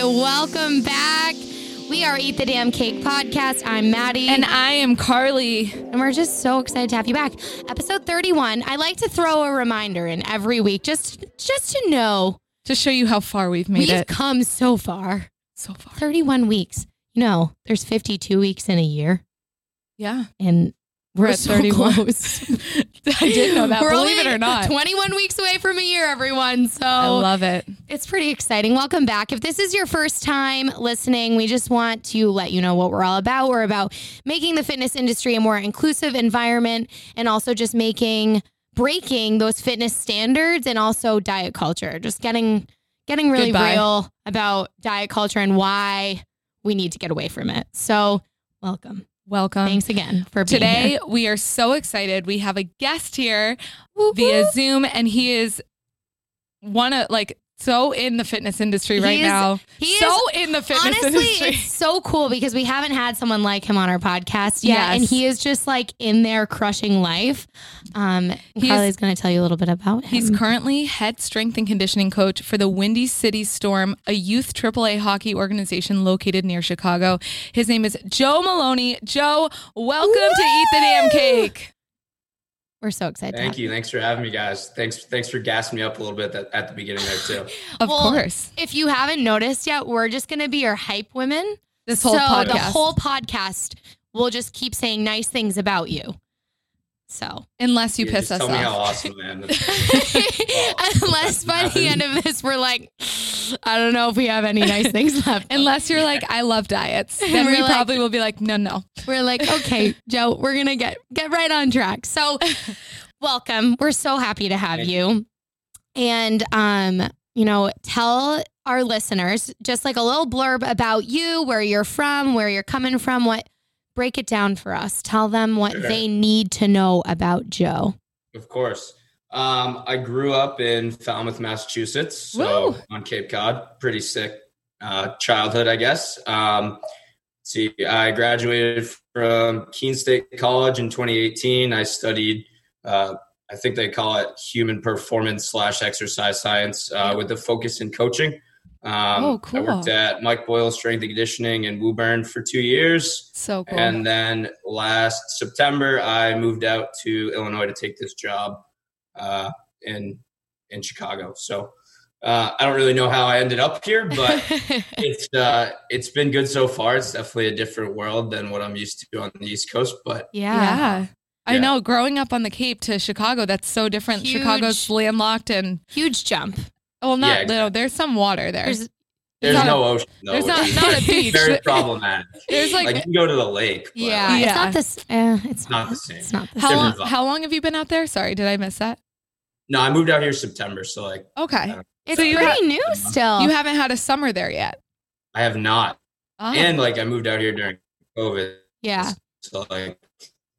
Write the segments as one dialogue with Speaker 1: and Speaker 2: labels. Speaker 1: Welcome back. We are Eat the Damn Cake podcast. I'm Maddie.
Speaker 2: And I am Carly.
Speaker 1: And we're just so excited to have you back. Episode 31. I like to throw a reminder in every week just just to know
Speaker 2: To show you how far we've made
Speaker 1: we've
Speaker 2: it
Speaker 1: come so far.
Speaker 2: so far.
Speaker 1: 31 weeks. You know, there's 52 weeks in a year
Speaker 2: Yeah.
Speaker 1: and we're,
Speaker 2: We're
Speaker 1: at
Speaker 2: at
Speaker 1: so
Speaker 2: 31.
Speaker 1: close.
Speaker 2: I did know that.
Speaker 1: We're
Speaker 2: Believe
Speaker 1: only
Speaker 2: it or not.
Speaker 1: 21 weeks away from a year, everyone. So
Speaker 2: I love it.
Speaker 1: It's pretty exciting. Welcome back. If this is your first time listening, we just want to let you know what we're all about. We're about making the fitness industry a more inclusive environment and also just making breaking those fitness standards and also diet culture. Just getting getting really
Speaker 2: Goodbye.
Speaker 1: real about diet culture and why we need to get away from it. So, welcome.
Speaker 2: Welcome.
Speaker 1: Thanks again for being
Speaker 2: Um, Today
Speaker 1: here.
Speaker 2: we are so excited. We have a guest here via Zoom and he is one of like so in the fitness industry
Speaker 1: He
Speaker 2: right
Speaker 1: is-
Speaker 2: now.
Speaker 1: he
Speaker 2: so
Speaker 1: is
Speaker 2: in the fitness
Speaker 1: Honestly,
Speaker 2: industry.
Speaker 1: it's so cool because we haven't had someone like him on our podcast yet,
Speaker 2: Yes.
Speaker 1: and he is just like in there crushing life. Um,
Speaker 2: He
Speaker 1: Carly's going to tell you a little bit about him.
Speaker 2: He's currently head strength and conditioning coach for the Windy City Storm, a youth AAA hockey organization located near Chicago. His name is Joe Maloney. Joe, welcome to Eat the Damn Cake.
Speaker 1: We're so excited.
Speaker 3: Thank you. Thanks for having me, guys. Thanks. Thanks for gassing me up a little bit that, at the beginning there too.
Speaker 2: Of
Speaker 1: Well,
Speaker 2: course.
Speaker 1: If you haven't noticed yet, we're just going to be your hype women.
Speaker 2: This whole
Speaker 1: so
Speaker 2: podcast.
Speaker 1: the whole podcast will just keep saying nice things about you. So,
Speaker 2: unless you
Speaker 3: Yeah,
Speaker 2: piss
Speaker 3: just
Speaker 2: us
Speaker 3: tell me how
Speaker 2: off.
Speaker 3: awesome I am.
Speaker 1: unless by the end of this we're like, I don't know if we have any nice things left.
Speaker 2: Unless you're like, I love diets. Then
Speaker 1: We're
Speaker 2: we
Speaker 1: like-
Speaker 2: probably will be like, no, no.
Speaker 1: We're like, okay, Joe, we're gonna get get right on track. So, welcome. We're so happy to have
Speaker 3: Thank
Speaker 1: you. And um, you know, tell our listeners just like a little blurb about you, where you're from, where you're coming from, what break it down for us. Tell them what
Speaker 3: Sure.
Speaker 1: they need to know about Joe.
Speaker 3: Of course. Um, I grew up in Falmouth, Massachusetts, so
Speaker 2: Woo.
Speaker 3: on Cape Cod. Pretty sick uh, childhood, I guess. Um, let's see, I graduated from Keene State College in 2018. I studied, uh, I think they call it human performance slash exercise science, uh, with a focus in coaching. Um,
Speaker 2: Oh,
Speaker 3: I worked
Speaker 2: cool.
Speaker 3: at Mike Boyle Strength and Conditioning in Woburn for two years.
Speaker 2: So cool.
Speaker 3: And then last September, I moved out to Illinois to take this job uh, in in Chicago. So uh, I don't really know how I ended up here, but it's uh, it's been good so far. It's definitely a different world than what I'm used to on the East Coast. But
Speaker 1: yeah.
Speaker 2: yeah. I
Speaker 3: Yeah.
Speaker 2: know growing up on the Cape to Chicago, that's so different.
Speaker 1: Huge.
Speaker 2: Chicago's landlocked and,
Speaker 1: Huge jump.
Speaker 2: well, not,
Speaker 3: Yeah,
Speaker 2: no, there's some water there.
Speaker 1: There's
Speaker 3: there's
Speaker 2: Not a-
Speaker 3: no ocean. Though,
Speaker 2: there's
Speaker 3: which
Speaker 2: not,
Speaker 3: is
Speaker 2: not a beach.
Speaker 3: very problematic.
Speaker 2: There's like,
Speaker 3: Like you can go to the lake. But
Speaker 1: yeah,
Speaker 2: Yeah.
Speaker 1: It's not this uh, it's
Speaker 3: Not
Speaker 1: not
Speaker 3: the same.
Speaker 1: It's not the
Speaker 2: how
Speaker 1: same.
Speaker 2: long,
Speaker 3: different vibe.
Speaker 2: how long have you been out there? Sorry, did I miss that?
Speaker 3: No, I moved out here September, so like
Speaker 2: Okay,
Speaker 1: It's
Speaker 2: so you
Speaker 1: pretty
Speaker 2: ha-
Speaker 1: new still.
Speaker 3: Uh,
Speaker 2: you haven't had a summer there yet.
Speaker 3: I have not,
Speaker 2: Oh,
Speaker 3: and like I moved out here during COVID.
Speaker 1: yeah.
Speaker 3: So like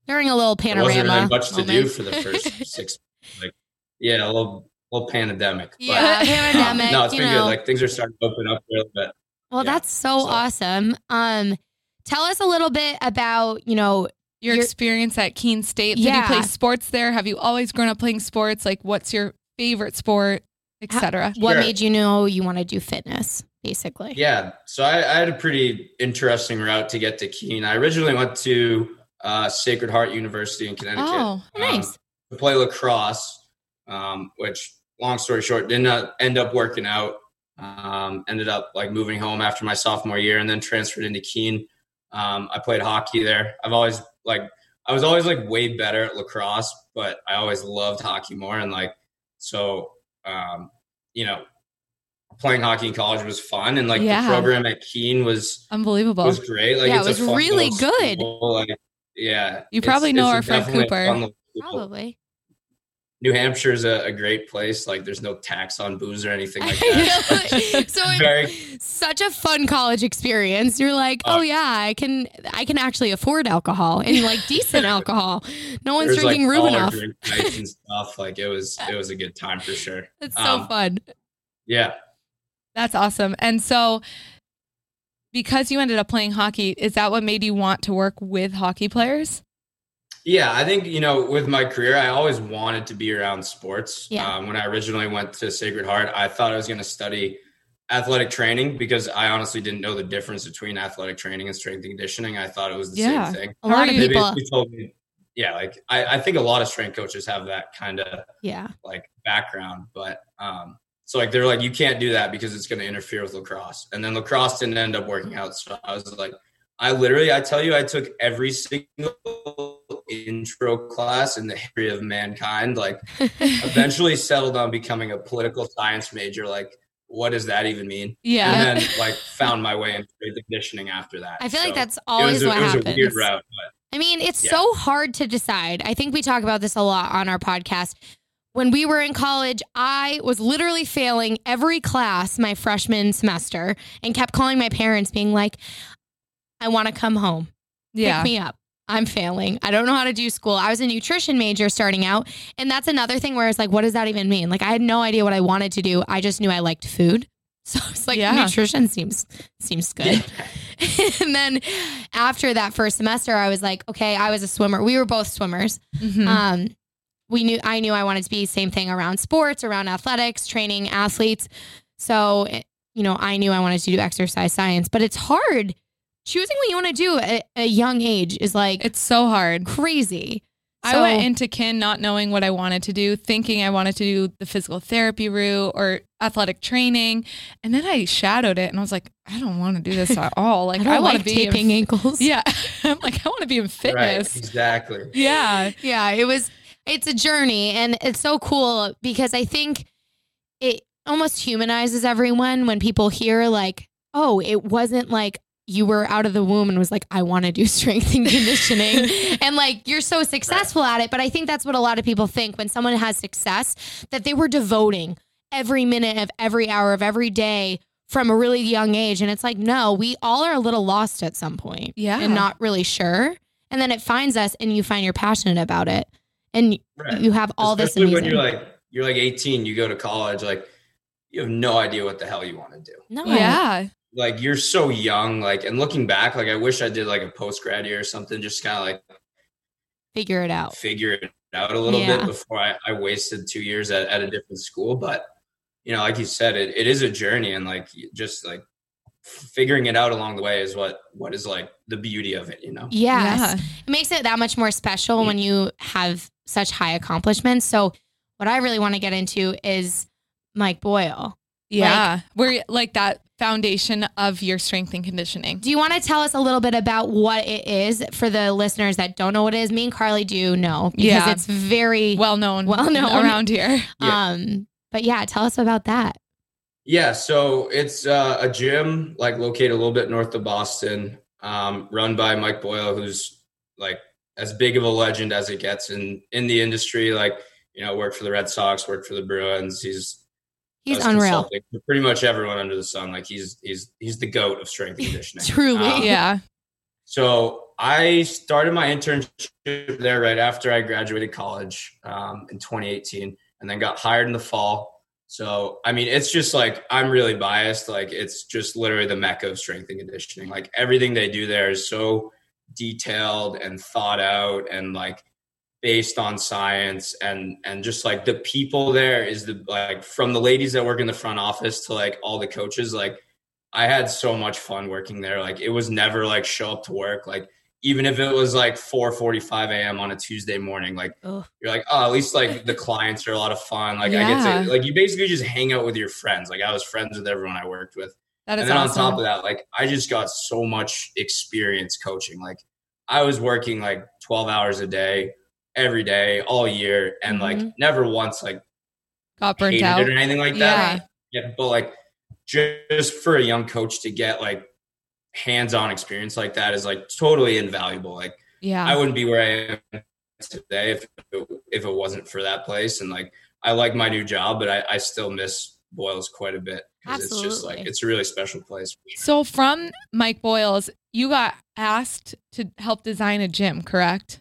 Speaker 1: During a little
Speaker 3: There
Speaker 1: panorama.
Speaker 3: wasn't really much to do
Speaker 1: moment.
Speaker 3: for the first six like yeah a little little pandemic but
Speaker 1: yeah,
Speaker 3: um,
Speaker 1: pandemic.
Speaker 3: no it's
Speaker 1: you
Speaker 3: been
Speaker 1: know.
Speaker 3: good like things are starting to open up a little bit
Speaker 1: well,
Speaker 3: yeah,
Speaker 1: that's so,
Speaker 3: so.
Speaker 1: awesome. Um, tell us a little bit about you know
Speaker 2: your
Speaker 1: you're-
Speaker 2: experience at Keene State. Did
Speaker 1: Yeah.
Speaker 2: you play sports there? Have you always grown up playing sports? Like, what's your favorite sport,
Speaker 1: How-
Speaker 2: etc.
Speaker 1: what
Speaker 3: Sure.
Speaker 1: made you know you want to do fitness, basically.
Speaker 3: yeah so I, I had a pretty interesting route to get to keene i originally went to uh, sacred heart university in connecticut
Speaker 2: Oh,
Speaker 3: um,
Speaker 1: nice.
Speaker 3: to play lacrosse um, which long story short did not end up working out um, ended up like moving home after my sophomore year and then transferred into keene um, i played hockey there i've always like i was always like way better at lacrosse but i always loved hockey more and like so um, you know playing hockey in college was fun and like
Speaker 2: Yeah.
Speaker 3: the program at keene was
Speaker 2: Unbelievable.
Speaker 3: was great like
Speaker 1: Yeah, it
Speaker 3: it's a
Speaker 1: was
Speaker 3: fun
Speaker 1: really
Speaker 3: little
Speaker 1: good.
Speaker 3: school, like, yeah
Speaker 2: You probably know our friend
Speaker 3: definitely a
Speaker 2: Cooper.
Speaker 3: fun little school.
Speaker 1: Probably.
Speaker 3: New Hampshire's a, a great place. Like, there's no tax on booze or anything like that.
Speaker 1: so it's
Speaker 3: Very-
Speaker 1: such a fun college experience. You're like,
Speaker 3: Oh.
Speaker 1: oh yeah, I can I can actually afford alcohol and like decent alcohol. No one's
Speaker 3: There's, like,
Speaker 1: drinking
Speaker 3: dollar
Speaker 1: Rubinoff.
Speaker 3: drink nights and stuff. Like, it was it was a good time for sure.
Speaker 1: It's so
Speaker 3: um,
Speaker 1: fun.
Speaker 3: Yeah,
Speaker 2: That's awesome. And so, because you ended up playing hockey, is that what made you want to work with hockey players?
Speaker 3: yeah. I think you know, with my career, I always wanted to be around sports.
Speaker 1: Yeah.
Speaker 3: Um, when I originally went to Sacred Heart, I thought I was going to study athletic training because I honestly didn't know the difference between athletic training and strength and conditioning. I thought it was the
Speaker 2: Yeah.
Speaker 3: same thing.
Speaker 1: A
Speaker 2: How
Speaker 1: lot
Speaker 2: are
Speaker 1: of
Speaker 2: you?
Speaker 3: Maybe if
Speaker 1: people.
Speaker 3: you told me, yeah, like I, I think a lot of strength coaches have that kind of
Speaker 1: Yeah.
Speaker 3: like background, but um, so like they're like you can't do that because it's going to interfere with lacrosse, and then lacrosse didn't end up working out. So I was like, I literally, I tell you, I took every single intro class in the history of mankind. Like, eventually settled on becoming a political science major. Like, what does that even mean?
Speaker 2: yeah.
Speaker 3: And then like found my way into strength and conditioning after that.
Speaker 1: I feel like
Speaker 3: So
Speaker 1: that's
Speaker 3: it
Speaker 1: always
Speaker 3: was a,
Speaker 1: what
Speaker 3: it was
Speaker 1: happens.
Speaker 3: a weird route, but
Speaker 1: I mean, it's
Speaker 3: Yeah.
Speaker 1: so hard to decide. I think we talk about this a lot on our podcast. When we were in college, I was literally failing every class my freshman semester and kept calling my parents, being like, I want to come home.
Speaker 2: Yeah.
Speaker 1: Pick me up. I'm failing. I don't know how to do school. I was a nutrition major starting out. And that's another thing where it's like, what does that even mean? Like, I had no idea what I wanted to do. I just knew I liked food. So it's like
Speaker 2: Yeah.
Speaker 1: nutrition seems seems good and then after that first semester, I was like, okay, I was a swimmer. We were both swimmers.
Speaker 2: Mhm.
Speaker 1: Um, we knew I knew I wanted to be same thing around sports, around athletics, training athletes. So it- you know, I knew I wanted to do exercise science, but it's hard choosing what you want to do at a young age is like
Speaker 2: it's so hard.
Speaker 1: crazy.
Speaker 2: I
Speaker 1: So-
Speaker 2: went into kin not knowing what I wanted to do, thinking I wanted to do the physical therapy route or athletic training, and then I shadowed it, and I was like, I don't want to do this at all.
Speaker 1: I
Speaker 2: Like I,
Speaker 1: don't
Speaker 2: want
Speaker 1: like
Speaker 2: to be
Speaker 1: taping
Speaker 2: in,
Speaker 1: ankles.
Speaker 2: yeah. I'm like I want to be in
Speaker 3: right,
Speaker 2: fitness.
Speaker 3: exactly.
Speaker 2: Yeah,
Speaker 1: yeah, it was it's a journey and it's so cool because I think it almost humanizes everyone when people hear like, oh, it wasn't like you were out of the womb and was like, I want to do strength and conditioning. and like, you're so successful at it. But I think that's what a lot of people think when someone has success that they were devoting every minute of every hour of every day from a really young age. And it's like, no, we all are a little lost at some point
Speaker 2: yeah,
Speaker 1: and not really sure. And then it finds us, and you find you're passionate about it, and
Speaker 3: Right.
Speaker 1: you have all this.
Speaker 3: Especially
Speaker 1: Amazing,
Speaker 3: when you're like you're like 18, you go to college, like you have no idea what the hell you want to do.
Speaker 1: no,
Speaker 2: yeah,
Speaker 3: Like you're so young, like and looking back, like I wish I did like a post grad year or something, just kind of like
Speaker 1: figure it out.
Speaker 3: figure it out a little
Speaker 1: Oh. Yeah.
Speaker 3: bit before I, I wasted two years at, at a different school. But you know, like you said, it, it is a journey and like you- just like figuring it out along the way is what what is like the beauty of it, you know?
Speaker 1: Yes,
Speaker 2: yeah.
Speaker 1: it makes it that much more special when you have such high accomplishments. So, what I really want to get into is Mike Boyle.
Speaker 2: Yeah. We're like that foundation of your strength and conditioning.
Speaker 1: Do you want to tell us a little bit about what it is for the listeners that don't know what it is? Me and Carly do know because
Speaker 2: Yeah.
Speaker 1: it's very
Speaker 2: Well known.
Speaker 1: Well known.
Speaker 2: around here.
Speaker 3: Yeah.
Speaker 1: um. But yeah, tell us about that.
Speaker 3: Yeah, so it's uh, a gym like located a little bit north of Boston, um, run by Mike Boyle, who's like as big of a legend as it gets in in the industry. Like you know, worked for the Red Sox, worked for the Bruins. He's
Speaker 1: He's
Speaker 3: does
Speaker 1: unreal,
Speaker 3: consulting for Pretty much everyone under the sun. Like he's he's he's the goat of strength and conditioning.
Speaker 1: truly.
Speaker 3: Um,
Speaker 2: Yeah.
Speaker 3: So I started my internship there right after I graduated college um, in 2018, and then got hired in the fall. So I mean, it's just like I'm really biased. Like it's just literally the mecca of strength and conditioning. Like everything they do there is so detailed and thought out, and like based on science and and just like the people there is the like from the ladies that work in the front office to like all the coaches like I had so much fun working there. Like it was never like show up to work. Like even if it was like 4:45 a.m. on a Tuesday morning, like
Speaker 1: Ugh.
Speaker 3: you're like, oh, at least like the clients are a lot of fun. Like I get
Speaker 2: Yeah.
Speaker 3: to like you basically just hang out with your friends. Like I was friends with everyone I worked with
Speaker 2: That is
Speaker 3: and then
Speaker 2: awesome.
Speaker 3: on top of that, like I just got so much experience coaching. Like I was working like 12 hours a day every day all year and like
Speaker 1: Mhm.
Speaker 3: never once like
Speaker 2: Got Mm-hmm. burnt
Speaker 3: hated
Speaker 2: out.
Speaker 3: it or anything like
Speaker 2: yeah.
Speaker 3: that. Yeah, but like just for a young coach to get like hands-on experience like that is like totally invaluable. Like
Speaker 2: Yeah.
Speaker 3: I wouldn't be where I am today if it, if it wasn't for that place. And like, I like my new job, but I, I still miss Boyle's quite a bit. 'cause It's just like
Speaker 1: Absolutely.
Speaker 3: it's a really special place.
Speaker 2: so from Mike Boyles, you got asked to help design a gym, correct?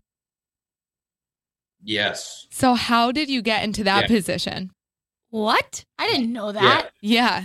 Speaker 3: Yes.
Speaker 2: So how did you get into that
Speaker 3: Yeah.
Speaker 2: position?
Speaker 1: What? I didn't know
Speaker 3: Yeah.
Speaker 1: that.
Speaker 2: Yeah.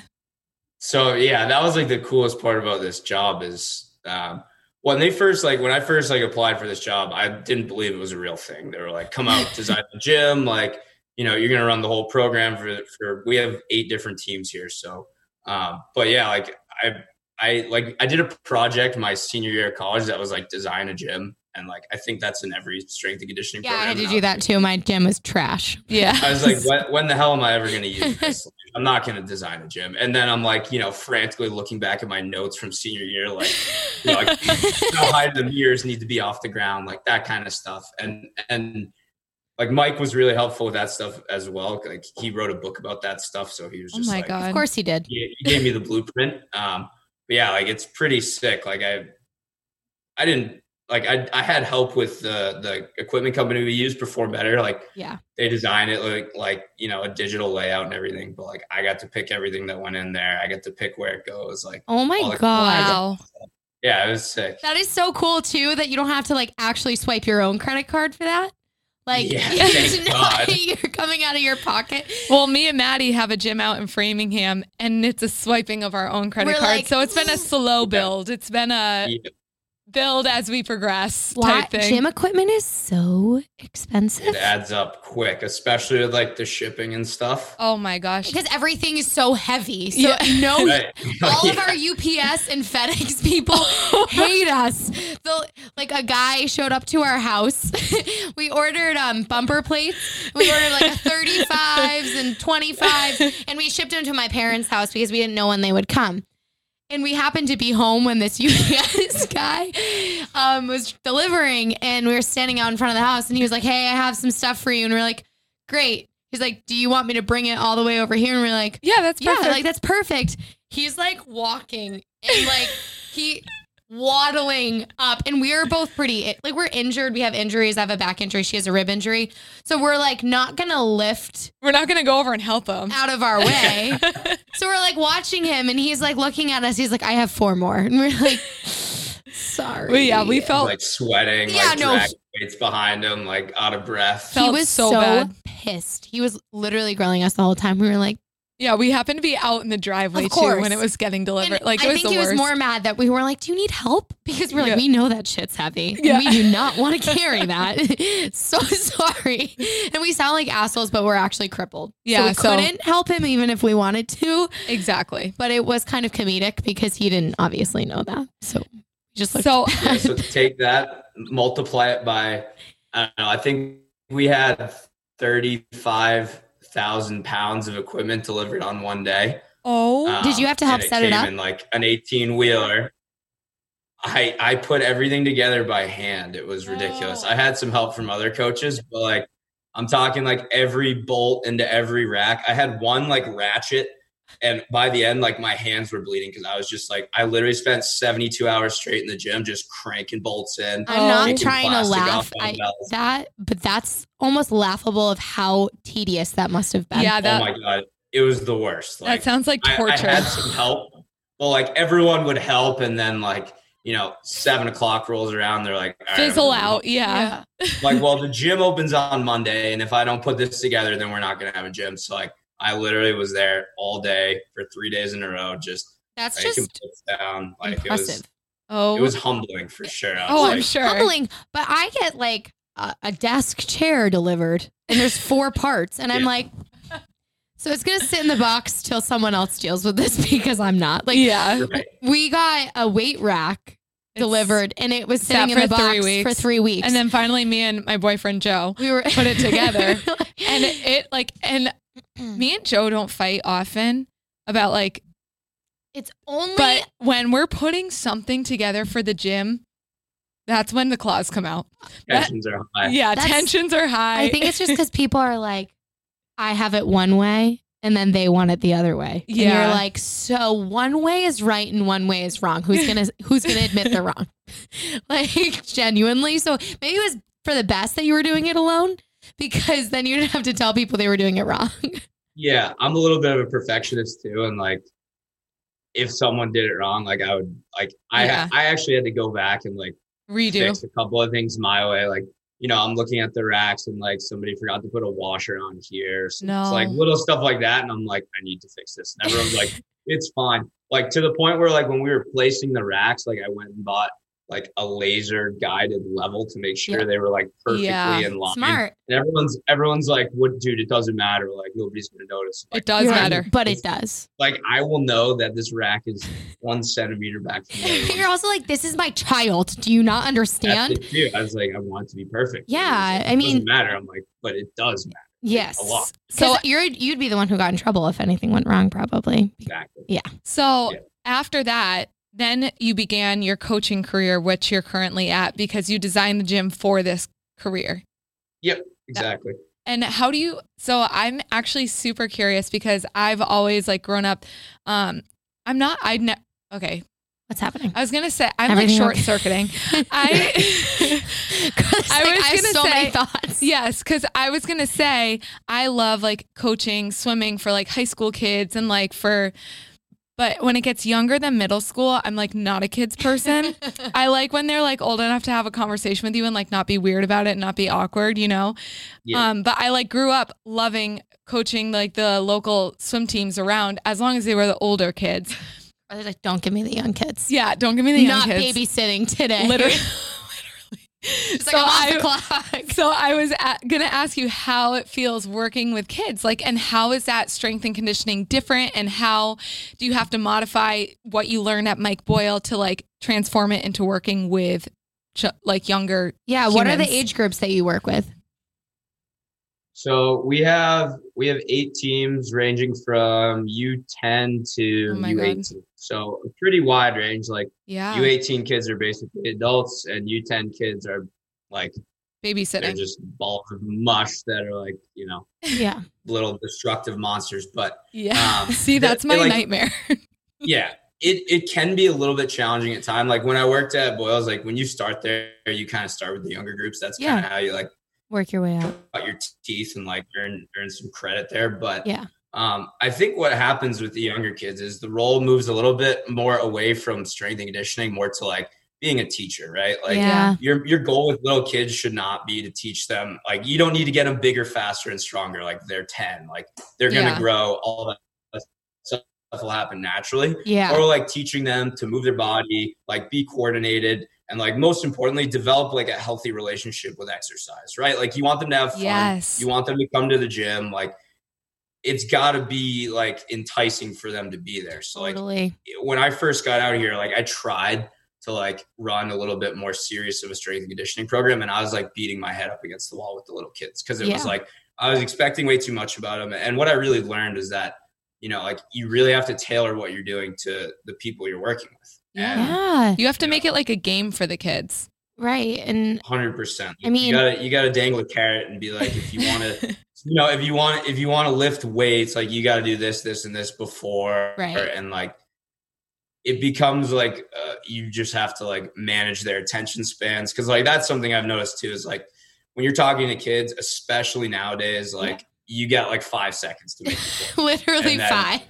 Speaker 3: So yeah, that was like the coolest part about this job is um, when they first like when I first like applied for this job, I didn't believe it was a real thing. They were like, "Come out, design the gym, like you know, you're gonna run the whole program for for." We have eight different teams here, so Um, but yeah, like I, I like I did a project my senior year of college that was like design a gym, and like I think that's in every strength and conditioning.
Speaker 1: Yeah, I
Speaker 3: program
Speaker 1: had to
Speaker 3: now.
Speaker 1: do that too. My gym was trash.
Speaker 2: Yeah.
Speaker 3: I was like, when, when the hell am I ever going to use this? Like, I'm not going to design a gym. And then I'm like, you know, frantically looking back at my notes from senior year, like, you know, like how high the mirrors need to be off the ground, like that kind of stuff. And and like Mike was really helpful with that stuff as well. Like he wrote a book about that stuff, so he was
Speaker 2: oh
Speaker 3: just
Speaker 2: my
Speaker 3: like,
Speaker 2: god.
Speaker 1: Of course he did.
Speaker 3: He, he gave me the blueprint. Um, but yeah, like it's pretty sick. Like I, I didn't like I I had help with the the equipment company we used, Perform Better. Like
Speaker 1: Yeah.
Speaker 3: they design it like like you know a digital layout and everything but like i got to pick everything that went in there i get to pick where it goes like
Speaker 1: Oh
Speaker 3: All
Speaker 1: my
Speaker 3: the-
Speaker 1: god.
Speaker 2: Wow.
Speaker 3: yeah it was sick
Speaker 1: That is so cool too that you don't have to like actually swipe your own credit card for that. Like
Speaker 3: Yeah,
Speaker 1: you just
Speaker 3: thank
Speaker 1: know
Speaker 3: God.
Speaker 1: you're coming out of your pocket.
Speaker 2: Well, me and Maddie have a gym out in Framingham, and it's a swiping of our own credit
Speaker 1: We're
Speaker 2: card.
Speaker 1: like,
Speaker 2: so it's been a slow build. It's been a
Speaker 1: Uh,
Speaker 3: Yeah.
Speaker 2: build as we progress
Speaker 1: Why-
Speaker 2: type thing.
Speaker 1: Gym equipment is so expensive
Speaker 3: it adds up quick especially with like the shipping and stuff
Speaker 2: oh my gosh.
Speaker 1: because everything is so heavy. So
Speaker 2: Yeah.
Speaker 1: no
Speaker 3: right
Speaker 1: Oh, all of
Speaker 3: Yeah.
Speaker 1: our UPS and FedEx people hate us. The, like a guy showed up to our house. we ordered um, bumper plates. We ordered like a 35s and 25s, and we shipped them to my parents' house because we didn't know when they would come. And we happened to be home when this UPS guy um, was delivering, and we were standing out in front of the house, and he was like, "Hey, I have some stuff for you," and we're like, "Great." He's like, "Do you want me to bring it all the way over here?" And we're like,
Speaker 2: Yeah, that's
Speaker 1: yeah,
Speaker 2: perfect.
Speaker 1: like that's perfect. He's like walking and like he waddling up, and we are both pretty like we're injured. We have injuries. I have a back injury. She has a rib injury. So we're like not gonna lift
Speaker 2: We're not going to go over and help them.
Speaker 1: out of our way. so we're like watching him, and he's like looking at us. He's like, "I have four more," and we're like, "Sorry."
Speaker 2: Well, yeah, we felt
Speaker 3: like sweating
Speaker 1: oh. Yeah,
Speaker 3: like
Speaker 1: no.
Speaker 3: dragging weights behind him like out of breath
Speaker 2: Felt
Speaker 1: He was
Speaker 2: so
Speaker 1: so,
Speaker 2: bad.
Speaker 1: pissed. He was literally grilling us the whole time. We were like,
Speaker 2: yeah, we happened to be out in the driveway
Speaker 1: Of
Speaker 2: too
Speaker 1: course.
Speaker 2: when it was getting delivered.
Speaker 1: And
Speaker 2: like it
Speaker 1: I
Speaker 2: was
Speaker 1: think
Speaker 2: the
Speaker 1: he
Speaker 2: worst.
Speaker 1: was more mad that we were like, "Do you need help?" Because we're like,
Speaker 2: Yeah.
Speaker 1: "We know that shit's heavy. and
Speaker 2: Yeah.
Speaker 1: we do not want to carry that. so sorry." And we sound like assholes, but we're actually crippled.
Speaker 2: Yeah,
Speaker 1: so we
Speaker 2: so-
Speaker 1: couldn't help him even if we wanted to.
Speaker 2: exactly.
Speaker 1: But it was kind of comedic because he didn't obviously know that. So we just like
Speaker 2: So
Speaker 3: Yeah, so take that multiply it by i don't know i think we had 35000 pounds of equipment delivered on one day
Speaker 2: oh
Speaker 1: Did you have to help
Speaker 3: Um, and
Speaker 1: set it
Speaker 3: came
Speaker 1: up?
Speaker 3: In like an eighteen wheeler. I I put everything together by hand. It was ridiculous.
Speaker 2: Oh.
Speaker 3: I had some help from other coaches, but like I'm talking like every bolt into every rack. I had one like ratchet, and by the end, like my hands were bleeding because I was just like I literally spent 72 hours straight in the gym just cranking bolts in.
Speaker 1: I'm not
Speaker 2: oh,
Speaker 3: taking
Speaker 1: trying to
Speaker 3: plastic
Speaker 1: laugh.
Speaker 3: off
Speaker 1: I,
Speaker 3: dumbbells.
Speaker 1: that, but that's almost laughable of how tedious that must have been.
Speaker 2: yeah, that
Speaker 3: oh my god, it was the worst.
Speaker 2: that sounds like
Speaker 3: I-
Speaker 2: torture.
Speaker 3: I, had some help. Well, like everyone would help, and then like you know, seven o'clock rolls around. They're like "All right, I'm
Speaker 2: Fizzle
Speaker 3: gonna go
Speaker 2: out. Yeah.
Speaker 3: home." Like, well, the gym opens on Monday, and if I don't put this together, then we're not gonna have a gym. So like, I literally was there all day for three days in a row, just
Speaker 1: that's
Speaker 3: breaking
Speaker 1: just
Speaker 3: books down. Like
Speaker 1: impressive.
Speaker 2: Oh.
Speaker 3: it was, it was humbling for sure. I was
Speaker 2: oh, I'm
Speaker 3: like,
Speaker 2: sure.
Speaker 1: humbling. But I get like a, a desk chair delivered, and there's four parts, and I'm
Speaker 3: Yeah.
Speaker 1: like, so it's gonna sit in the box till someone else deals with this because I'm not. Like,
Speaker 2: yeah.
Speaker 3: right.
Speaker 1: we got a weight rack
Speaker 2: It's-
Speaker 1: delivered, and it was sitting
Speaker 2: Sat
Speaker 1: in
Speaker 2: for
Speaker 1: the box
Speaker 2: three weeks.
Speaker 1: for three weeks,
Speaker 2: And then finally me and my boyfriend Joe
Speaker 1: we were
Speaker 2: put it together. and
Speaker 1: and
Speaker 2: it, it like and me and Joe don't fight often about like
Speaker 1: it's only
Speaker 2: but when we're putting something together for the gym, that's when the claws come out. That-
Speaker 3: tensions are high.
Speaker 2: yeah,
Speaker 1: That's-
Speaker 2: tensions are high.
Speaker 1: I think it's just because people are like, I have it one way. And then they want it the other way. And
Speaker 2: Yeah.
Speaker 1: you're like, so one way is right and one way is wrong. Who's gonna who's gonna admit they're wrong? like genuinely. So maybe it was for the best that you were doing it alone because then you didn't have to tell people they were doing it wrong.
Speaker 3: Yeah, I'm a little bit of a perfectionist too, and like if someone did it wrong, like I would like I
Speaker 2: Yeah.
Speaker 3: I actually had to go back and like
Speaker 2: redo.
Speaker 3: fix a couple of things my way. Like, you know, I'm looking at the racks and like somebody forgot to put a washer on here. So
Speaker 2: No.
Speaker 3: it's like little stuff like that. And I'm like, I need to fix this. And everyone's like, it's fine. Like to the point where like when we were placing the racks, like I went and bought like a laser guided level to make sure
Speaker 2: Yeah.
Speaker 3: they were like perfectly
Speaker 2: Yeah.
Speaker 3: in line.
Speaker 1: Smart.
Speaker 3: And everyone's everyone's like, "What, dude? It doesn't matter. Like nobody's gonna notice." Like,
Speaker 2: It does
Speaker 1: You're right,
Speaker 2: matter.
Speaker 1: But it does.
Speaker 3: like I will know that this rack is one centimeter back from the other.
Speaker 1: You're also like, this is my child. Do you not
Speaker 3: That's
Speaker 1: understand?
Speaker 3: it, too. I was like, I want it to be perfect.
Speaker 1: Yeah,
Speaker 3: It
Speaker 1: I mean-
Speaker 3: doesn't matter. I'm like, but it does matter.
Speaker 1: Yes.
Speaker 3: A lot.
Speaker 1: So
Speaker 2: So
Speaker 1: you're you'd be the one who got in trouble if anything went wrong, probably.
Speaker 3: Exactly.
Speaker 2: So
Speaker 3: Yeah.
Speaker 2: after that, then you began your coaching career, which you're currently at, because you designed the gym for this career.
Speaker 3: Exactly.
Speaker 2: And how do you? So I'm actually super curious because I've always like grown up. Um, I'm not. I ne- okay.
Speaker 1: What's happening?
Speaker 2: I was gonna say I'm
Speaker 1: Everything
Speaker 2: like short
Speaker 1: okay?
Speaker 2: circuiting. I.
Speaker 1: I
Speaker 2: was
Speaker 1: I have
Speaker 2: gonna
Speaker 1: so many
Speaker 2: say-
Speaker 1: thoughts.
Speaker 2: Yes, because I was gonna say I love like coaching swimming for like high school kids and like for, but when it gets younger than middle school, I'm like not a kids person. I like when they're like old enough to have a conversation with you and like not be weird about it, and not be awkward, you know.
Speaker 3: Yeah.
Speaker 2: Um, but I like grew up loving coaching like the local swim teams around as long as they were the older kids.
Speaker 1: I was like, don't give me the young kids.
Speaker 2: Yeah, don't give me the young
Speaker 1: not
Speaker 2: kids.
Speaker 1: babysitting today.
Speaker 2: Literally.
Speaker 1: It's
Speaker 2: So
Speaker 1: like
Speaker 2: I-
Speaker 1: I'm off the clock.
Speaker 2: So I was a gonna ask you how it feels working with kids, like, and how is that strength and conditioning different, and how do you have to modify what you learned at Mike Boyle to like transform it into working with ch- like younger?
Speaker 1: Yeah. What are the
Speaker 2: humans.
Speaker 1: age groups that you work with?
Speaker 3: So we have we have eight teams ranging from U10 to
Speaker 2: Oh my God.
Speaker 3: U18. So a pretty wide range. Like
Speaker 2: Yeah,
Speaker 3: U18 kids are basically adults, and U10 kids are like they're
Speaker 2: babysitting.
Speaker 3: just balls of mush that are like you know
Speaker 1: Yeah.
Speaker 3: little destructive monsters. But
Speaker 2: Yeah,
Speaker 3: um,
Speaker 2: see, that's
Speaker 3: they're
Speaker 2: my
Speaker 3: like-
Speaker 2: nightmare.
Speaker 3: yeah it, it can be a little bit challenging at time like when i worked at boyle's like when you start there you kind of start with the younger groups that's kind
Speaker 1: Yeah.
Speaker 3: of how you like
Speaker 1: Work your way out.
Speaker 3: cut your teeth and like earn earn some credit there but
Speaker 1: Yeah.
Speaker 3: um, i think what happens with the younger kids is the role moves a little bit more away from strength and conditioning more to like being a teacher right like
Speaker 1: yeah.
Speaker 3: your your goal with little kids should not be to teach them like you don't need to get them bigger, faster, and stronger. Like they're ten, like they're gonna
Speaker 2: Yeah.
Speaker 3: grow. All that stuff will happen naturally.
Speaker 1: Yeah.
Speaker 3: Or like teaching them to move their body, like be coordinated, and like most importantly, develop like a healthy relationship with exercise. Right? Like you want them to have fun.
Speaker 2: Yes.
Speaker 3: You want them to come to the gym. Like it's got to be like enticing for them to be there. So like
Speaker 1: totally.
Speaker 3: when I first got out here, like I tried to like run a little bit more serious of a strength and conditioning program, and I was like beating my head up against the wall with the little kids because it
Speaker 1: Yeah.
Speaker 3: was like I was expecting way too much about them. And what I really learned is that you know, like you really have to tailor what you're doing to the people you're working with.
Speaker 2: Yeah.
Speaker 1: Yeah.
Speaker 2: You have to make it like a game for the kids.
Speaker 1: Right. And
Speaker 3: Hundred percent.
Speaker 1: I mean-
Speaker 3: you gotta you gotta dangle a carrot and be like, if you want to, you know, if you want if you want to lift weights, like you got to do this, this, and this before,
Speaker 1: Right.
Speaker 3: and like it becomes like uh, you just have to like manage their attention spans because like that's something I've noticed too is like when you're talking to kids, especially nowadays, like you got like five seconds to make. a point.
Speaker 1: literally
Speaker 3: And then-
Speaker 1: five.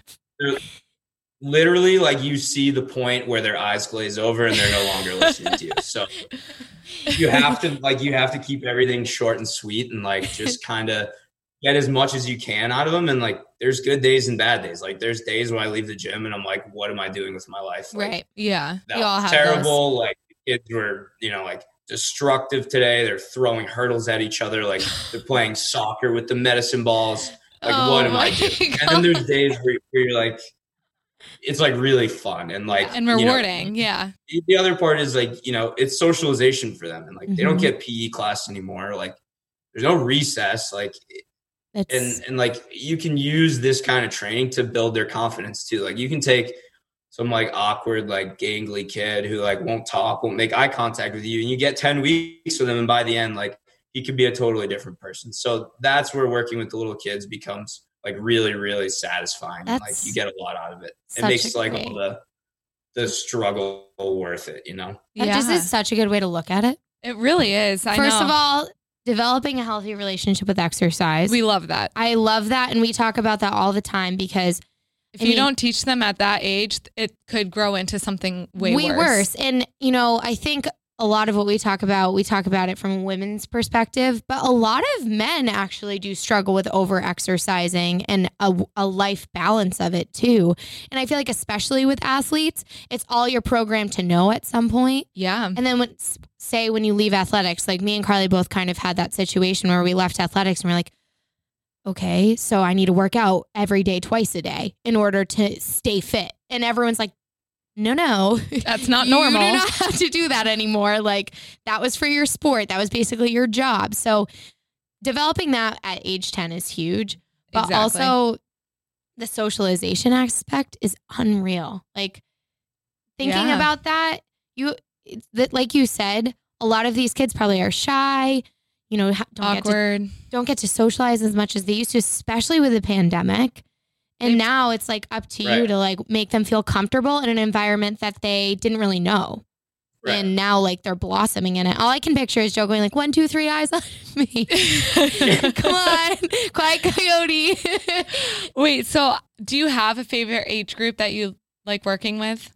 Speaker 3: Literally, like you see the point where their eyes glaze over and they're no longer listening to you. So you have to like you have to keep everything short and sweet and like just kind of get as much as you can out of them and like there's good days and bad days like there's days when i leave the gym and i'm like what am i doing with my life like,
Speaker 1: Right.
Speaker 2: Yeah,
Speaker 3: that
Speaker 2: we all have
Speaker 3: was
Speaker 2: Those.
Speaker 3: terrible like the kids were you know like destructive today they're throwing hurdles at each other like they're playing soccer with the medicine balls Like,
Speaker 2: Oh
Speaker 3: what am I
Speaker 1: doing?
Speaker 3: and then there's days where, where you're like it's like really fun and like
Speaker 2: And
Speaker 3: you know,
Speaker 2: rewarding. yeah,
Speaker 3: the other part is like you know it's socialization for them and like they
Speaker 2: Mm-hmm.
Speaker 1: Mhm.
Speaker 3: don't get pe class anymore like there's no recess like
Speaker 1: It's,
Speaker 3: and and like you can use this kind of training to build their confidence too like you can take some like awkward like gangly kid who like won't talk won't make eye contact with you and you get 10 weeks with him and by the end like he could be a totally different person so that's where working with the little kids becomes like really really satisfying and, like
Speaker 1: That's
Speaker 3: you get a lot out of it it
Speaker 1: such
Speaker 3: makes
Speaker 1: a
Speaker 3: like
Speaker 1: great-
Speaker 3: all the the struggle worth it you know
Speaker 1: that
Speaker 2: yeah.
Speaker 1: just is such a good way to look at it.
Speaker 2: it really is. I
Speaker 1: First
Speaker 2: know.
Speaker 1: of all, developing a healthy relationship with exercise.
Speaker 2: we love that.
Speaker 1: I love that. And we talk about that all the time because
Speaker 2: If
Speaker 1: I
Speaker 2: you
Speaker 1: mean-
Speaker 2: don't teach them at that age, it could grow into something way, worse.
Speaker 1: And, you know, I think a lot of what we talk about, we talk about it from a women's perspective, but a lot of men actually do struggle with over exercising and a, a life balance of it too. And I feel like, especially with athletes, it's all you're programmed to know at some point.
Speaker 2: Yeah.
Speaker 1: And then, when, say, when you leave athletics, like me and Carly both kind of had that situation where we left athletics and we're like, okay, so I need to work out every day, twice a day in order to stay fit. And everyone's like, no, no,
Speaker 2: That's not normal.
Speaker 1: You do not have to do that anymore. Like that was for your sport. That was basically your job. So developing that at age 10 is huge. But
Speaker 2: Exactly.
Speaker 1: also the socialization aspect is unreal. Like thinking
Speaker 2: Yeah.
Speaker 1: about that, you it's that like you said, a lot of these kids probably are shy, you know, ha- don't get to
Speaker 2: awkward.
Speaker 1: don't get to socialize as much as they used to, especially with the pandemic. And
Speaker 2: They've-
Speaker 1: now it's like up to you
Speaker 3: Right.
Speaker 1: to like make them feel comfortable in an environment that they didn't really know.
Speaker 3: Right.
Speaker 1: And now like they're blossoming in it. All I can picture is Joe going like one, two, three eyes on me. Come on, quiet coyote.
Speaker 2: Wait, so do you have a favorite age group that you like working with?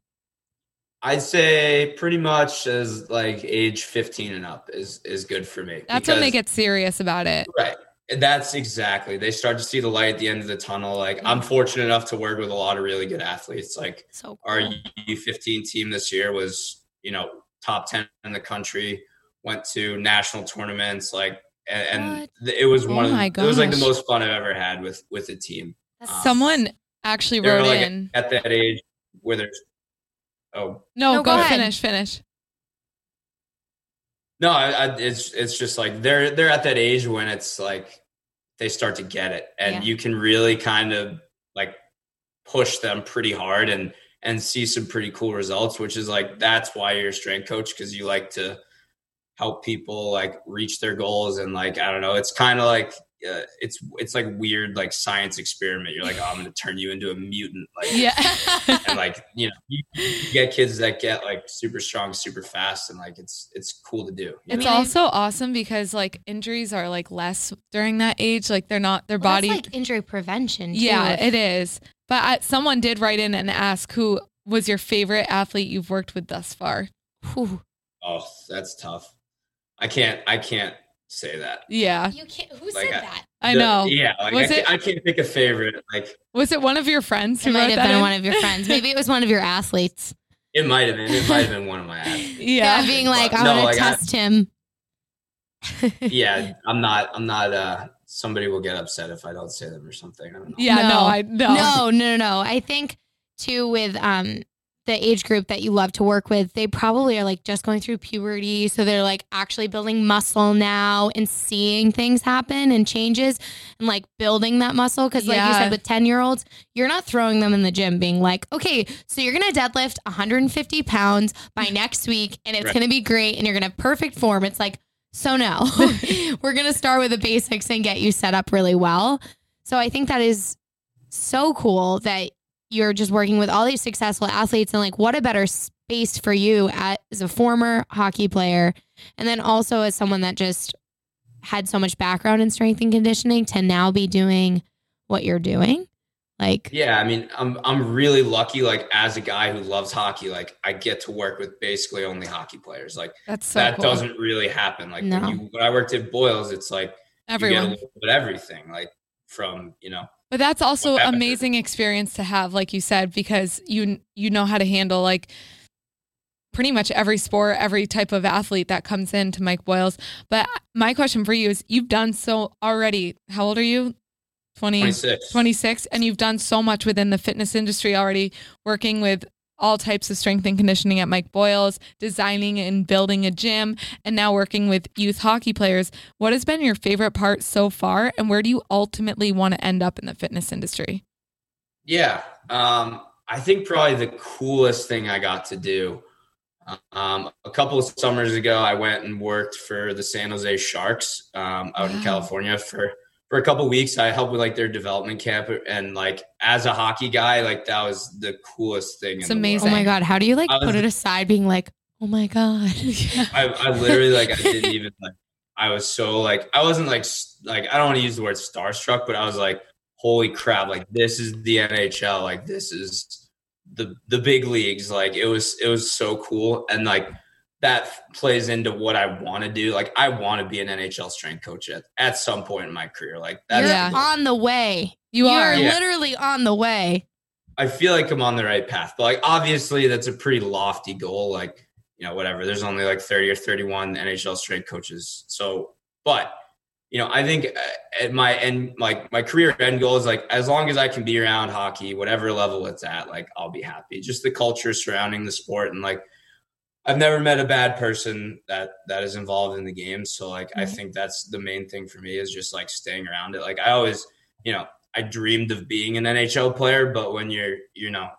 Speaker 3: I'd say pretty much as like age 15 and up is is good for me.
Speaker 2: That's when they
Speaker 3: because-
Speaker 2: get serious about it.
Speaker 3: right. That's exactly. They start to see the light at the end of the tunnel. Like
Speaker 2: Mm-hmm.
Speaker 3: I'm fortunate enough to work with a lot of really good athletes. Like
Speaker 1: so
Speaker 3: our
Speaker 1: cool.
Speaker 3: U15 team this year was, you know, top 10 in the country, went to national tournaments like and, and th- it was
Speaker 2: Oh
Speaker 3: one of
Speaker 2: my
Speaker 3: the, it was like the
Speaker 2: gosh.
Speaker 3: most fun I've ever had with with a team.
Speaker 1: That's-
Speaker 2: Someone actually
Speaker 3: Ah. They're
Speaker 2: wrote
Speaker 3: like
Speaker 2: in.
Speaker 3: at that age where there's oh
Speaker 2: No,
Speaker 1: No,
Speaker 2: go,
Speaker 1: go ahead.
Speaker 2: finish, finish.
Speaker 3: No, I, I, it's it's just like they're they're at that age when it's like they start to get it, and
Speaker 1: Yeah.
Speaker 3: you can really kind of like push them pretty hard and and see some pretty cool results. Which is like that's why you're a strength coach because you like to help people like reach their goals and like I don't know, it's kind of like. Uh, it's it's like weird like science experiment. You're like, oh, I'm gonna turn you into a mutant. Like,
Speaker 2: Yeah.
Speaker 3: and like you know, you you get kids that get like super strong, super fast, and like it's it's cool to do. you know?
Speaker 2: it's
Speaker 1: I mean, I-
Speaker 2: also awesome because like injuries are like less during that age. Like they're not their
Speaker 1: Well, that's
Speaker 2: body.
Speaker 1: like injury prevention. Too.
Speaker 2: yeah, it is. But I, someone did write in and ask who was your favorite athlete you've worked with thus far.
Speaker 1: Whew.
Speaker 3: Oh, that's tough. I can't. I can't say that.
Speaker 2: Yeah,
Speaker 1: You can't. Who
Speaker 3: Like,
Speaker 1: said
Speaker 3: I-
Speaker 1: that?
Speaker 2: I
Speaker 3: The- E
Speaker 2: know.
Speaker 3: Yeah, like I,
Speaker 2: Was
Speaker 3: can't,
Speaker 2: it-
Speaker 3: I can't pick a favorite. Like
Speaker 2: Was it one of your friends who
Speaker 1: It
Speaker 2: wrote
Speaker 1: might have
Speaker 2: that
Speaker 1: been
Speaker 2: in?
Speaker 1: one of your friends. Maybe it was one of your athletes.
Speaker 3: it might have been. It might have been one of my. athletes.
Speaker 1: Yeah,
Speaker 2: yeah.
Speaker 1: being like, I
Speaker 3: No,
Speaker 1: want
Speaker 3: like,
Speaker 1: to
Speaker 3: I-
Speaker 1: test him.
Speaker 3: Yeah, I'm not. I'm not. Uh, somebody will get upset if I don't say them or something. I don't know.
Speaker 2: Yeah, no,
Speaker 1: No.
Speaker 2: I no.
Speaker 1: No, no, no, no. I think too with um the age group that you love to work with, they probably are like just going through puberty, so they're like actually building muscle now and seeing things happen and changes and like building that muscle cuz like you
Speaker 2: Yeah.
Speaker 1: said with 10-year-olds, you're not throwing them in the gym being like, "Okay, so you're going to deadlift 150 pounds by next week and it's
Speaker 3: Right.
Speaker 1: going to be great and you're going to have perfect form." It's like, "So no. We're going to start with the basics and get you set up really well." So I think that is so cool that you're just working with all these successful athletes and like what a better space for you at, as a former hockey player and then also as someone that just had so much background in strength and conditioning to now be doing what you're doing like
Speaker 3: Yeah, I mean, I'm I'm really lucky. Like as a guy who loves hockey, like I get to work with basically only hockey players. Like
Speaker 2: That's so
Speaker 3: that
Speaker 2: cool.
Speaker 3: doesn't really happen. Like
Speaker 1: No.
Speaker 3: when, you, when I worked at Boyle's, it's like you get a
Speaker 2: Everyone.
Speaker 3: little bit of everything. Like from you know
Speaker 2: But that's also
Speaker 3: Whatever.
Speaker 2: amazing experience to have, like you said, because you you know how to handle like pretty much every sport, every type of athlete that comes in to Mike Boyles. But my question for you is you've done so already. How old are you? 20,
Speaker 3: 26.
Speaker 2: 26 and you've done so much within the fitness industry already working with all types of strength and conditioning at Mike Boyle's, designing and building a gym, and now working with youth hockey players. What has been your favorite part so far, and where do you ultimately want to end up in the fitness industry?
Speaker 3: Yeah. Um, I think probably the coolest thing I got to do. Um, a couple of summers ago, I went and worked for the San Jose Sharks um, out in
Speaker 2: Wow.
Speaker 3: California for for a couple of weeks. I helped with like their development camp, and like as a hockey guy, like that was the coolest thing.
Speaker 2: It's
Speaker 3: in the
Speaker 2: amazing.
Speaker 1: oh my god how do you like
Speaker 3: I was-
Speaker 1: put it aside being like oh my god
Speaker 3: world. I, I literally like I didn't even like. I was so like I wasn't like s- like I don't want to use the word starstruck, but I was like, holy crap! Like this is the NHL. Like this is the the big leagues like it was it was so cool and like that plays into what I want to do. Like I want to be an NHL strength coach at, at some point in my career. Like
Speaker 1: You're
Speaker 3: that's
Speaker 2: Yeah.
Speaker 1: on the way.
Speaker 2: You are.
Speaker 1: You're
Speaker 3: Yeah.
Speaker 1: literally on the way.
Speaker 3: I feel like I'm on the right path. But like obviously that's a pretty lofty goal. Like, you know, whatever. There's only like 30 or 31 NHL strength coaches. So, but you know, I think uh, at my end, like my career end goal is like as long as I can be around hockey, whatever level it's at, like I'll be happy. Just the culture surrounding the sport and like I've never met a bad person that that is involved in the game. So like I think that's the main thing for me is just like staying around it. Like I always, you know, I dreamed of being an NHL player, but when you're you know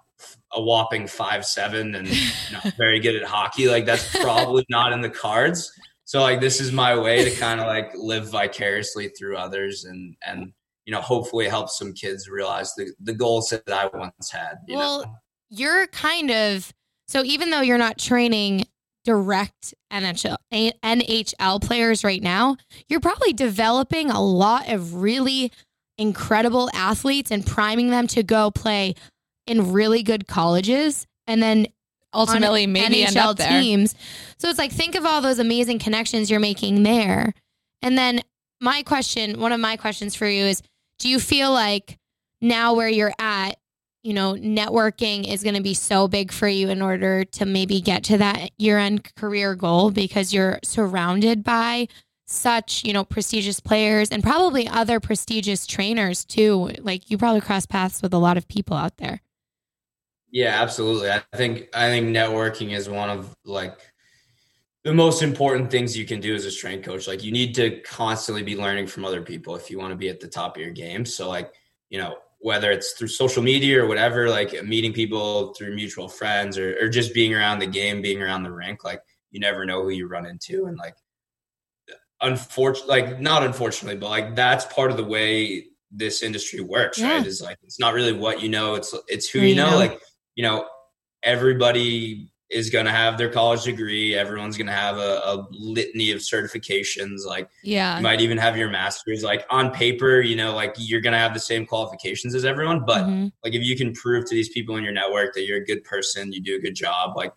Speaker 3: a whopping five seven and not very good at hockey, like that's probably not in the cards. So like this is my way to kind of like live vicariously through others and and you know hopefully help some kids realize the the goals that I once had. You
Speaker 1: Well,
Speaker 3: know?
Speaker 1: You're kind of so even though you're not training direct NHL A- NHL players right now, you're probably developing a lot of really incredible athletes and priming them to go play in really good colleges and then
Speaker 2: Ultimately, maybe
Speaker 1: NHL
Speaker 2: end up there.
Speaker 1: teams. So it's like think of all those amazing connections you're making there. And then my question, one of my questions for you is do you feel like now where you're at, you know, networking is going to be so big for you in order to maybe get to that year-end career goal because you're surrounded by such, you know, prestigious players and probably other prestigious trainers too. Like you probably cross paths with a lot of people out there.
Speaker 3: Yeah, absolutely. I think I think networking is one of like the most important things you can do as a strength coach. Like you need to constantly be learning from other people if you want to be at the top of your game. So like, you know, whether it's through social media or whatever, like meeting people through mutual friends or, or just being around the game, being around the rink, like you never know who you run into. And like unfortunately like not unfortunately, but like that's part of the way this industry works,
Speaker 1: Yeah.
Speaker 3: right? Is like it's not really what you know, it's it's who
Speaker 1: Who
Speaker 3: you
Speaker 1: you know.
Speaker 3: know. Like, you know, everybody is going to have their college degree. Everyone's going to have a, a litany of certifications. Like
Speaker 2: Yeah.
Speaker 3: you might even have your master's. Like on paper, you know, like you're going to have the same qualifications as everyone. But
Speaker 1: Mhm.
Speaker 3: like if you can prove to these people in your network that you're a good person, you do a good job, like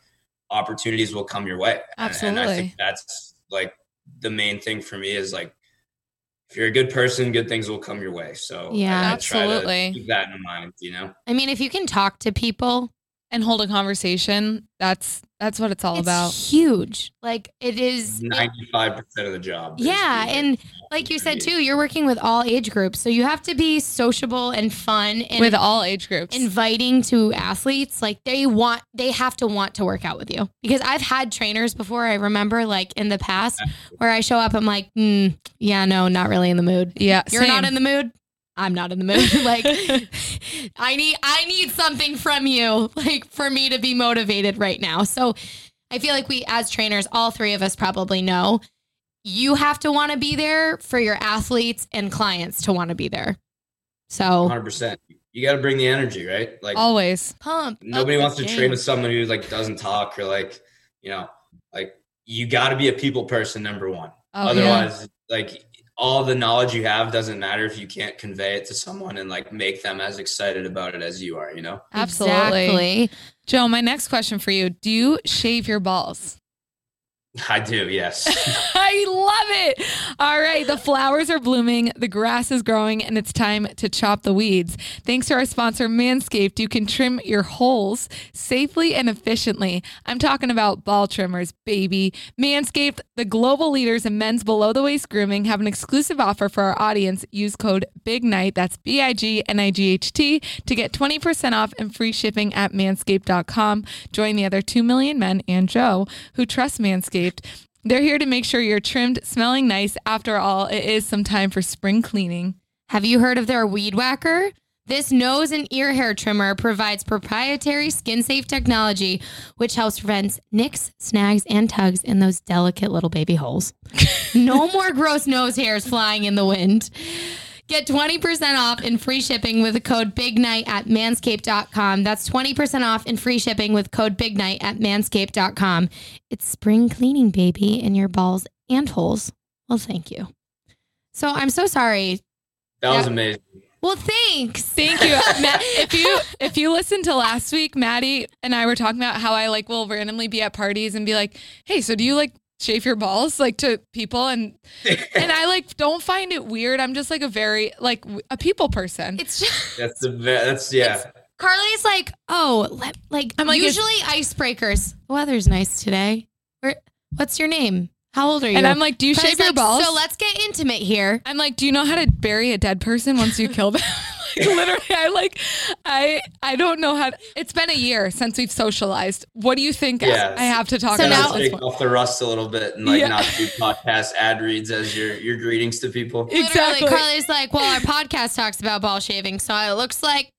Speaker 3: opportunities will come your way. And- And I
Speaker 2: Absolutely.
Speaker 3: think that's like the main thing for me is like if you're a good person, good things will come your way. So I-
Speaker 1: Yeah,
Speaker 3: I try to
Speaker 2: absolutely.
Speaker 3: keep that in mind, you know.
Speaker 1: I mean, if you can talk to people,
Speaker 2: and hold a conversation. That's that's what it's all
Speaker 1: it's
Speaker 2: about.
Speaker 1: huge. Like it is.
Speaker 3: Ninety-five percent of the job. is
Speaker 1: yeah,
Speaker 3: being-
Speaker 1: and like you said too, you're working with all age groups, so you have to be sociable and fun and
Speaker 2: With all age groups.
Speaker 1: inviting to athletes. Like they want, they have to want to work out with you because I've had trainers before. I remember like in the past where I show up, I'm like, mm, yeah, no, not really in the mood.
Speaker 2: yeah.
Speaker 1: You're not in the mood. I'm not in the mood. like I need I need something from you, like for me to be motivated right now. So I feel like we as trainers, all three of us probably know you have to want to be there for your athletes and clients to want to be there. So
Speaker 3: hundred percent. You got to bring the energy, right? Like
Speaker 2: always.
Speaker 1: pump. up
Speaker 3: nobody
Speaker 1: the
Speaker 3: wants to
Speaker 1: game.
Speaker 3: train with someone who like doesn't talk or like you know, like you got to be a people person number one.
Speaker 2: Oh, yeah.
Speaker 3: Otherwise, like all the knowledge you have doesn't matter if you can't convey it to someone and like make them as excited about it as you are. You know,
Speaker 2: Absolutely.
Speaker 1: Exactly.
Speaker 2: Joe, my next question for you. Do you shave your balls?
Speaker 3: I do. Yes.
Speaker 2: I love it. All right. The flowers are blooming, the grass is growing, and it's time to chop the weeds. Thanks to our sponsor, Manscaped, you can trim your holes safely and efficiently. I'm talking about ball trimmers, baby. Manscaped, the global leaders in men's below the waist grooming, have an exclusive offer for our audience. Use code Big Night, that's B I G N I G H T, to get 20% off and free shipping at manscaped.com. Join the other 2 million men and Joe who trust Manscaped. They're here to make sure you're trimmed, smelling nice. After all, it is some time for spring cleaning.
Speaker 1: Have you heard of their weed whacker? This nose and ear hair trimmer provides proprietary skin safe technology, which helps prevent nicks, snags, and tugs in those delicate little baby holes. no more gross nose hairs flying in the wind. Get 20% off and free shipping with the code Big Night at manscaped.com. That's 20% off and free shipping with code Big Night at manscaped.com. It's spring cleaning, baby, in your balls and holes. Well, thank you. So I'm so sorry
Speaker 3: That was
Speaker 1: Yeah.
Speaker 3: amazing.
Speaker 1: Well, thanks.
Speaker 2: Thank you. Ma- if you if you listen to last week, Maddie and I were talking about how I like will randomly be at parties and be like, "Hey, so do you like shave your balls like to people?" and and I like don't find it weird. I'm just like a very like w- a people person.
Speaker 1: It's just
Speaker 3: That's the ve- that's yeah.
Speaker 1: Carly's like, oh, let, like
Speaker 2: I'm like,
Speaker 1: usually icebreakers. The weather's nice today. Where, what's your name? How old are you?
Speaker 2: and I'm like, "Do you
Speaker 1: Carly's
Speaker 2: shave your
Speaker 1: like,
Speaker 2: balls?"
Speaker 1: So let's get intimate here.
Speaker 2: I'm like, "Do you know how to bury a dead person once you kill them?" Like, literally, I like, I I don't know how. To, it's been a year since we've socialized. What do you think
Speaker 3: Yes.
Speaker 2: I have to talk
Speaker 1: So
Speaker 3: Gotta
Speaker 2: about?
Speaker 1: now-
Speaker 2: this
Speaker 3: shake
Speaker 2: one?
Speaker 3: off the rust a little bit and like
Speaker 2: Yeah.
Speaker 3: not do podcast ad reads as your your greetings to people.
Speaker 2: exactly.
Speaker 1: Literally, Carly's like, well, our podcast talks about ball shaving, so it looks like,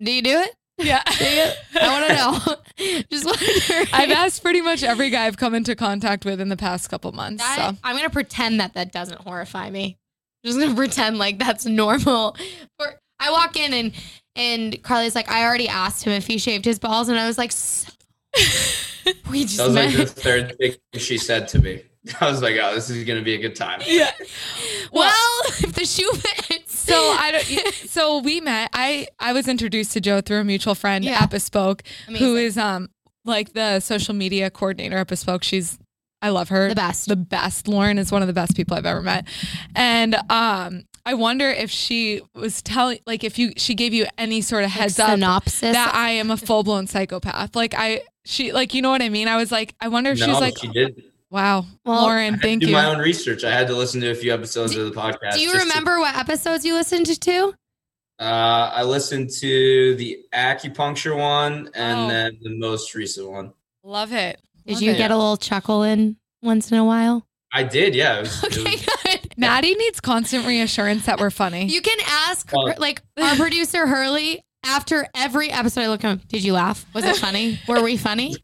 Speaker 1: do you do it?
Speaker 2: Yeah.
Speaker 1: I want to know. Just wondering.
Speaker 2: I've asked pretty much every guy I've come into contact with in the past couple months.
Speaker 1: That-
Speaker 2: so
Speaker 1: I'm gonna pretend that that doesn't horrify me. I'm just gonna pretend like that's normal. Or I walk in and and Carly's like, I already asked him if he shaved his balls, and I was like, "So- we just
Speaker 3: That was
Speaker 1: met.
Speaker 3: like the third thing she said to me. I was like, oh, this is gonna be a good time.
Speaker 2: yeah.
Speaker 1: well, if the shoe fits.
Speaker 2: So I don't. So we met. I I was introduced to Joe through a mutual friend,
Speaker 1: Yeah.
Speaker 2: yeah. Bespoke, who
Speaker 1: Amazing.
Speaker 2: is um like the social media coordinator at Bespoke. She's I love her.
Speaker 1: the best.
Speaker 2: the best. Lauren is one of the best people I've ever met. And um I wonder if she was telling like if you she gave you any sort of heads up
Speaker 1: synopsis.
Speaker 2: that I am a full blown psychopath. Like I she like you know what I mean? I was like I wonder if
Speaker 3: No,
Speaker 2: she's like
Speaker 3: she did.
Speaker 2: Wow.
Speaker 1: Well-
Speaker 2: Lauren, thank
Speaker 3: do
Speaker 2: you.
Speaker 3: my own research. I had to listen to a few episodes of the podcast.
Speaker 1: Do you
Speaker 3: just to-
Speaker 1: remember what episodes you listened to?
Speaker 3: uh, I listened to the acupuncture one and
Speaker 2: Oh.
Speaker 3: then the most recent one.
Speaker 2: Love it.
Speaker 1: Did
Speaker 2: Love
Speaker 1: you
Speaker 2: it.
Speaker 1: get a little chuckle in once in a while?
Speaker 3: I did, yeah. It was, it
Speaker 1: Okay,
Speaker 3: was-
Speaker 1: good.
Speaker 2: Maddie needs constant reassurance that we're funny.
Speaker 1: You can ask
Speaker 3: Well-
Speaker 1: her- like our producer Hurley after every episode. I look at him. Did you laugh? Was it funny? Were we funny?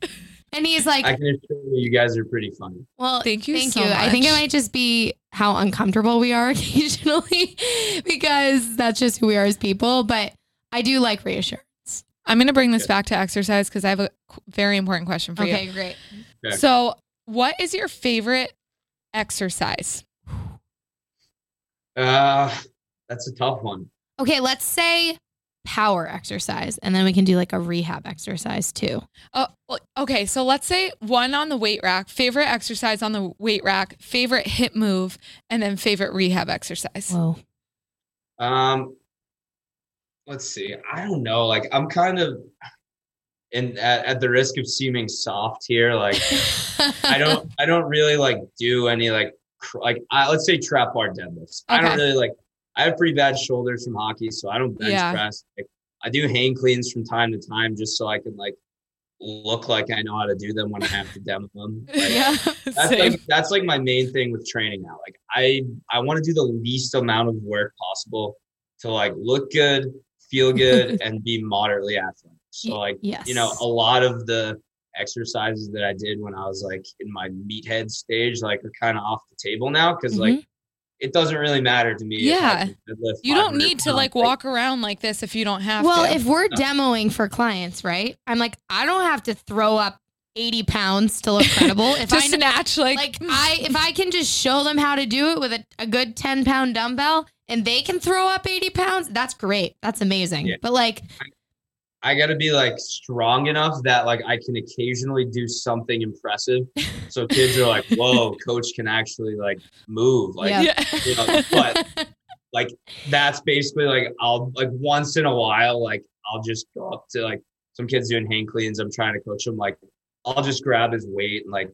Speaker 1: And he's like,
Speaker 3: I can assure you, you guys are pretty funny.
Speaker 1: "Well,
Speaker 2: Thank you
Speaker 1: thank
Speaker 2: so
Speaker 1: you. I think it
Speaker 2: much.
Speaker 1: might just be how uncomfortable we are occasionally because that's just who we are as people. But I do like reassurance.
Speaker 2: I'm going to bring this back to exercise because I have a qu- very important question for
Speaker 1: Okay, great.
Speaker 2: you.
Speaker 3: Okay.
Speaker 2: So, what is your favorite exercise?
Speaker 3: Uh, that's a tough one.
Speaker 1: Okay, let's say power exercise, and then we can do like a rehab exercise too.
Speaker 2: Oh, well, okay. So let's say one on the weight rack, favorite exercise on the weight rack, favorite hip move, and then favorite rehab exercise.
Speaker 1: Whoa.
Speaker 3: Um, let's see. I don't know. Like I'm kind of, and at, at the risk of seeming soft here, like I don't, I don't really like do any like cr- like I, let's say trap bar deadlifts. I don't
Speaker 2: Okay.
Speaker 3: really like. I have pretty bad shoulders from hockey, so I don't bench
Speaker 2: Yeah.
Speaker 3: press. Like, I do hang cleans from time to time, just so I can like look like I know how to do them when I have to demo them. Like,
Speaker 2: yeah.
Speaker 3: that's
Speaker 2: Same.
Speaker 3: like, that's like my main thing with training now. Like I I want to do the least amount of work possible to like look good, feel good, and be moderately athletic. So like
Speaker 1: Yes.
Speaker 3: you know a lot of the exercises that I did when I was like in my meathead stage like are kind of off the table now because like it doesn't really matter to me. if I
Speaker 2: Mm-hmm. Yeah.
Speaker 3: can deadlift
Speaker 2: You don't
Speaker 3: 500
Speaker 2: need to
Speaker 3: pounds.
Speaker 2: like walk around like this if you don't have
Speaker 1: well,
Speaker 2: to.
Speaker 1: if we're
Speaker 3: No.
Speaker 1: demoing for clients, right? I'm like, I don't have to throw up 80 pounds to look credible. If
Speaker 2: to
Speaker 1: I know,
Speaker 2: snatch like,
Speaker 1: like I if I can just show them how to do it with a, a good 10 pound dumbbell and they can throw up 80 pounds, that's great. That's amazing.
Speaker 3: Yeah.
Speaker 1: But like
Speaker 3: I gotta be like strong enough that like I can occasionally do something impressive. So kids are like, "Whoa, coach can actually like move!" Like,
Speaker 1: Yeah.
Speaker 3: you know, but like that's basically like I'll like once in a while, like I'll just go up to like some kids doing hand cleans. I'm trying to coach them. Like I'll just grab his weight and like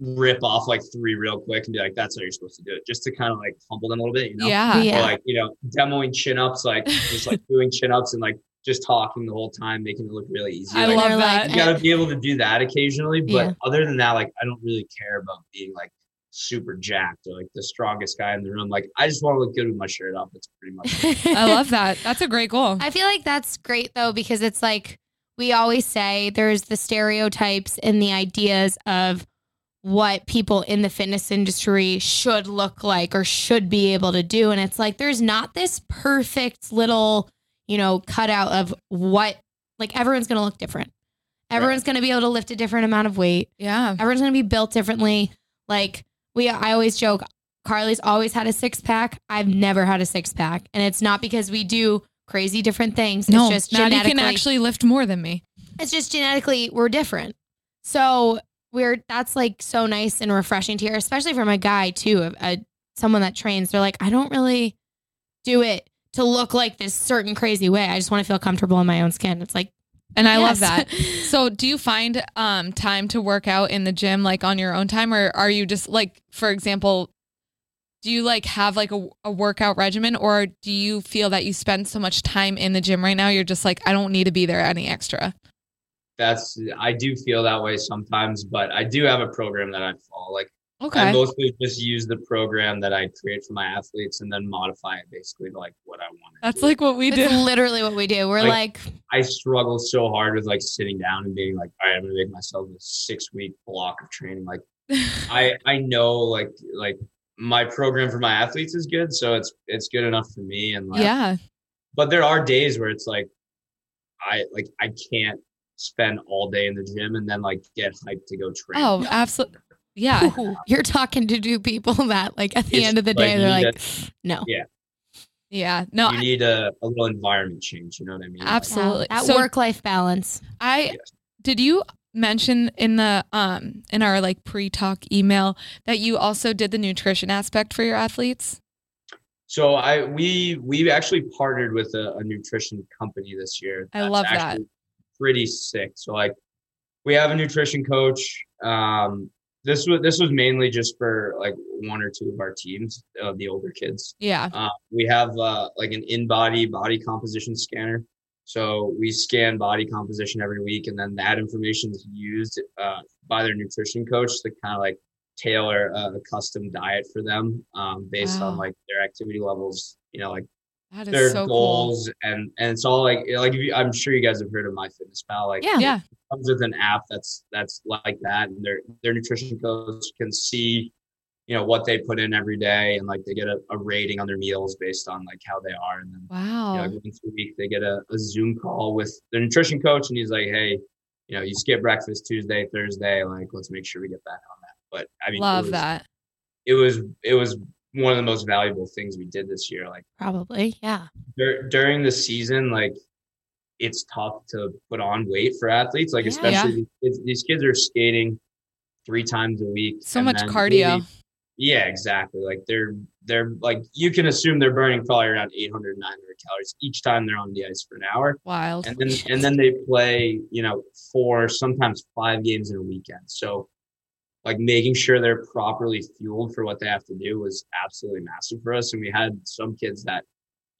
Speaker 3: rip off like three real quick and be like, "That's how you're supposed to do it," just to kind of like humble them a little bit, you know?
Speaker 2: yeah.
Speaker 1: Yeah.
Speaker 3: Or, like you know demoing chin ups like just like doing chin ups and like just talking the whole time making it look really easy
Speaker 2: I
Speaker 3: Like,
Speaker 2: love
Speaker 1: they're
Speaker 2: that.
Speaker 3: you gotta be able to do that occasionally but
Speaker 1: Yeah.
Speaker 3: other than that like i don't really care about being like super jacked or like the strongest guy in the room like i just want to look good with my shirt up that's pretty much
Speaker 2: I love that. That's a great goal.
Speaker 1: I feel like that's great though because it's like we always say there's the stereotypes and the ideas of what people in the fitness industry should look like or should be able to do and it's like there's not this perfect little, you know, cutout of what like everyone's going to look different. Everyone's going to be able to lift a different amount of weight.
Speaker 2: yeah.
Speaker 1: Everyone's going to be built differently. Like we I always joke Carly's always had a six pack. I've never had a six pack. And it's not because we do crazy different things.
Speaker 2: No,
Speaker 1: it's just
Speaker 2: Maddie
Speaker 1: genetically.
Speaker 2: can actually lift more than me.
Speaker 1: it's just genetically we're different. So we're that's like so nice and refreshing to hear, especially from a guy too, a, a someone that trains. They're like, I don't really do it to look like this certain crazy way. I just want to feel comfortable in my own skin. It's like
Speaker 2: And I love
Speaker 1: yes.
Speaker 2: that. So, do you find um, time to work out in the gym, like on your own time, or are you just like, for example, do you like have like a, a workout regimen, or do you feel that you spend so much time in the gym right now, you're just like, I don't need to be there any extra?
Speaker 3: That's I do feel that way sometimes, but I do have a program that I follow. Like I
Speaker 2: Okay,
Speaker 3: mostly just use the program that I create for my athletes and then modify it basically to like what I want.
Speaker 2: that's like what we
Speaker 1: it's
Speaker 2: do.
Speaker 1: literally what we do. We're like,
Speaker 3: Like- I struggle so hard with like sitting down and being like, all right, I'm gonna make myself a six week block of training. Like I I know like like my program for my athletes is good, so it's it's good enough for me. And like,
Speaker 2: yeah,
Speaker 3: but there are days where it's like I like I can't spend all day in the gym and then like get hyped to go train.
Speaker 2: oh, absolutely, yeah.
Speaker 1: "Ooh, you're talking to two people that like at the
Speaker 3: It's
Speaker 1: end of the
Speaker 3: like
Speaker 1: day, they're
Speaker 3: you
Speaker 1: like, no.
Speaker 2: Yeah, no,
Speaker 3: you
Speaker 2: I-
Speaker 3: need a, a little environment change. You know what I mean? Like,
Speaker 2: absolutely.
Speaker 1: That
Speaker 2: So-
Speaker 1: work life balance.
Speaker 2: I did you mention in the um in our like pre-talk email that you also did the nutrition aspect for your athletes?
Speaker 3: So I we we actually partnered with a, a nutrition company this year.
Speaker 2: I love that.
Speaker 3: actually Pretty sick. So like we have a nutrition coach. Um, this was this was mainly just for like one or two of our teams of the older kids.
Speaker 2: Yeah.
Speaker 3: Uh, we have uh, like an in-body body composition scanner. So we scan body composition every week, and then that information is used uh, by their nutrition coach to kind of like tailor a, a custom diet for them um, based on
Speaker 2: Wow.
Speaker 3: like their activity levels. You know, like
Speaker 2: That
Speaker 3: their
Speaker 2: is so cool.
Speaker 3: goals, and and it's all like like if you, I'm sure you guys have heard of MyFitnessPal. Like
Speaker 1: Yeah.
Speaker 2: Yeah.
Speaker 3: comes with an app that's that's like that and their their nutrition coach can see you know what they put in every day and like they get a, a rating on their meals based on like how they are and then you know,
Speaker 2: Wow.
Speaker 3: like, once a week they get a, a zoom call with their nutrition coach and he's like hey you know you skip breakfast tuesday thursday like let's make sure we get back on that but i mean it
Speaker 2: Love
Speaker 3: was,
Speaker 2: that.
Speaker 3: it was it was one of the most valuable things we did this year like
Speaker 1: Probably. Yeah.
Speaker 3: dur- during the season, like it's tough to put on weight for athletes, like
Speaker 1: Yeah.
Speaker 3: especially these kids, these kids are skating three times a week.
Speaker 2: So
Speaker 3: and
Speaker 2: much
Speaker 3: then
Speaker 2: cardio.
Speaker 3: really- yeah, exactly. Like they're they're like you can assume they're burning probably around 800 900 calories each time they're on the ice for an hour.
Speaker 2: Wild.
Speaker 3: And then and then they play, you know, four sometimes five games in a weekend. So like making sure they're properly fueled for what they have to do was absolutely massive for us. And we had some kids that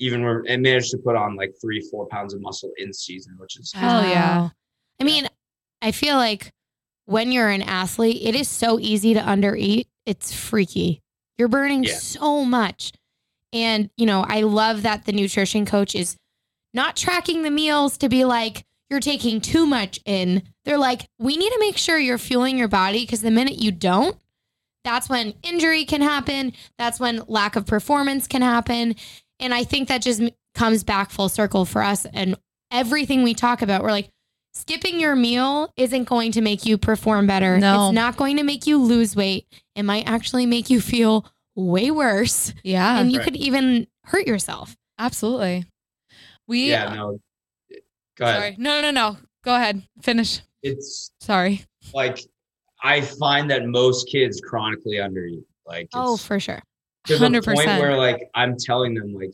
Speaker 3: even were and managed to put on like three, four pounds of muscle in season, which is
Speaker 2: Hell yeah.
Speaker 1: Wow. I mean, I feel like when you're an athlete, it is so easy to undereat. It's freaky. You're burning
Speaker 3: Yeah.
Speaker 1: so much. And, you know, I love that the nutrition coach is not tracking the meals to be like, you're taking too much in. They're like, we need to make sure you're fueling your body because the minute you don't, that's when injury can happen. That's when lack of performance can happen. And I think that just m- comes back full circle for us and everything we talk about. We're like, skipping your meal isn't going to make you perform better.
Speaker 2: No.
Speaker 1: It's not going to make you lose weight. It might actually make you feel way worse
Speaker 2: yeah.
Speaker 1: and you
Speaker 3: Right.
Speaker 1: could even hurt yourself.
Speaker 2: absolutely. We
Speaker 3: yeah, no. Go ahead.
Speaker 2: sorry. No, no, no. Go ahead. Finish.
Speaker 3: It's
Speaker 2: Sorry.
Speaker 3: like I find that most kids chronically undereat. Like it's,
Speaker 1: Oh, for sure.
Speaker 3: to the point
Speaker 2: 100%.
Speaker 3: where like I'm telling them like,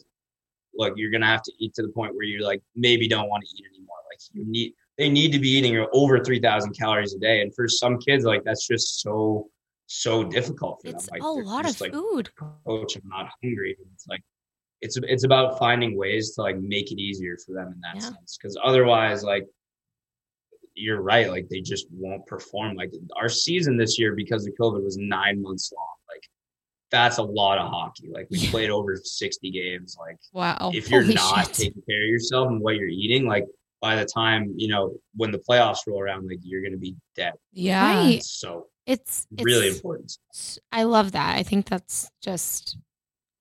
Speaker 3: look, you're gonna have to eat to the point where you like maybe don't want to eat anymore. Like you need they need to be eating over three thousand calories a day, and for some kids like that's just so so difficult for
Speaker 1: It's
Speaker 3: them. Like
Speaker 1: a
Speaker 3: they're
Speaker 1: lot of
Speaker 3: just, like,
Speaker 1: food.
Speaker 3: Coach, I'm not hungry. It's like it's it's about finding ways to like make it easier for them in that
Speaker 1: Yeah.
Speaker 3: sense because otherwise like you're right like they just won't perform like our season this year because of covid was nine months long like that's a lot of hockey like we played over 60 games like
Speaker 2: Wow.
Speaker 3: if you're
Speaker 1: Oh, holy
Speaker 3: not
Speaker 1: shit.
Speaker 3: taking care of yourself and what you're eating like by the time you know when the playoffs roll around like you're gonna be dead
Speaker 2: Yeah.
Speaker 1: Right.
Speaker 3: so
Speaker 1: It's, it's
Speaker 3: really important
Speaker 1: I love that. I think that's just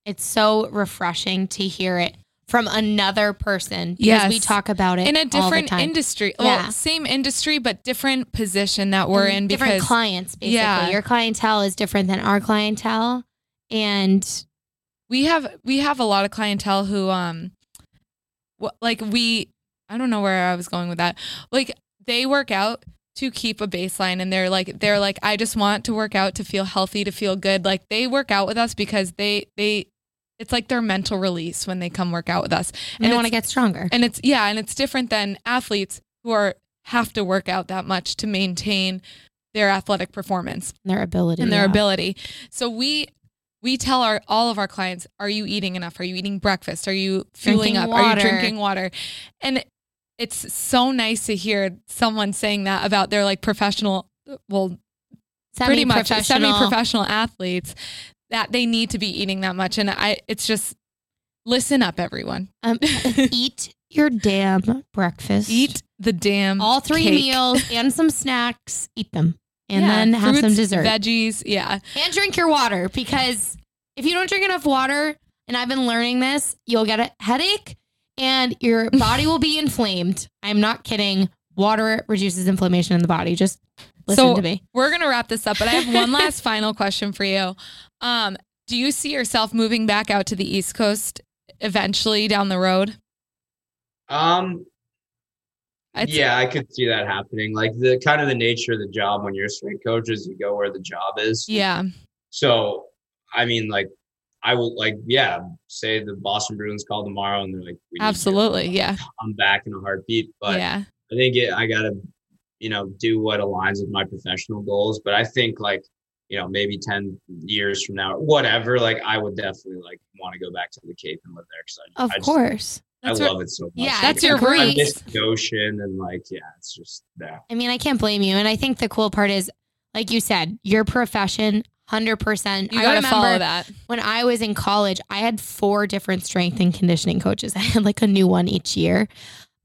Speaker 1: it's so refreshing to hear it from another person because
Speaker 2: Yes.
Speaker 1: we talk about it
Speaker 2: In a
Speaker 1: all the
Speaker 2: different
Speaker 1: time.
Speaker 2: industry.
Speaker 1: Yeah.
Speaker 2: Well, same industry, but different position that we're
Speaker 1: And
Speaker 2: in
Speaker 1: different
Speaker 2: because
Speaker 1: clients basically.
Speaker 2: Yeah.
Speaker 1: Your clientele is different than our clientele and
Speaker 2: we have we have a lot of clientele who um wh- like we i don't know where i was going with that like they work out to keep a baseline and they're like they're like i just want to work out to feel healthy to feel good like they work out with us because they they it's like their mental release when they come work out with us
Speaker 1: and I
Speaker 2: it's-
Speaker 1: want to get stronger.
Speaker 2: and it's yeah, and it's different than athletes who are have to work out that much to maintain their athletic performance
Speaker 1: their ability.
Speaker 2: and their
Speaker 1: yeah.
Speaker 2: ability. So we we tell our all of our clients, are you eating enough? Are you eating breakfast? Are you fueling
Speaker 1: Drinking
Speaker 2: up? Are
Speaker 1: water.
Speaker 2: you drinking water? And it's so nice to hear someone saying that about their like professional well pretty much uh,
Speaker 1: Semi-professional.
Speaker 2: semi-professional athletes that they need to be eating that much and I it's just listen up everyone.
Speaker 1: Um, eat your damn breakfast.
Speaker 2: Eat the damn
Speaker 1: all three
Speaker 2: cake.
Speaker 1: meals and some snacks. Eat them. And
Speaker 2: Yeah,
Speaker 1: then have some
Speaker 2: fruits,
Speaker 1: dessert.
Speaker 2: veggies. Yeah,
Speaker 1: and drink your water because if you don't drink enough water, and I've been learning this, you'll get a headache and your body will be inflamed. I'm not kidding. Water reduces inflammation in the body. Just listen
Speaker 2: So-
Speaker 1: to me.
Speaker 2: we're gonna wrap this up, but I have one last final question for you. Um, do you see yourself moving back out to the East Coast eventually down the road?
Speaker 3: Um,
Speaker 2: It's-
Speaker 3: yeah, I could see that happening. Like the kind of the nature of the job when you're a strength coach is you go where the job is.
Speaker 2: Yeah.
Speaker 3: So, I mean, like, I will like, yeah, say the Boston Bruins call tomorrow and they're like, we need you.
Speaker 2: Absolutely. Yeah.
Speaker 3: I'm back in a heartbeat. But
Speaker 2: Yeah.
Speaker 3: I think it, I gotta, you know, do what aligns with my professional goals. But I think like, you know, maybe ten years from now, whatever. Like, I would definitely like want to go back to the Cape and live there because I,
Speaker 1: Of
Speaker 3: I, just,
Speaker 1: course.
Speaker 3: I
Speaker 2: That's
Speaker 3: love it so much.
Speaker 1: Yeah,
Speaker 3: Like,
Speaker 2: That's your
Speaker 1: Agreed.
Speaker 3: I
Speaker 2: roots.
Speaker 3: miss the ocean and like, yeah, it's just that.
Speaker 1: I mean, I can't blame you. And I think the cool part is, like you said, your profession, 100%.
Speaker 2: You
Speaker 1: I
Speaker 2: gotta
Speaker 1: remember
Speaker 2: follow that.
Speaker 1: when I was in college, I had four different strength and conditioning coaches. I had like a new one each year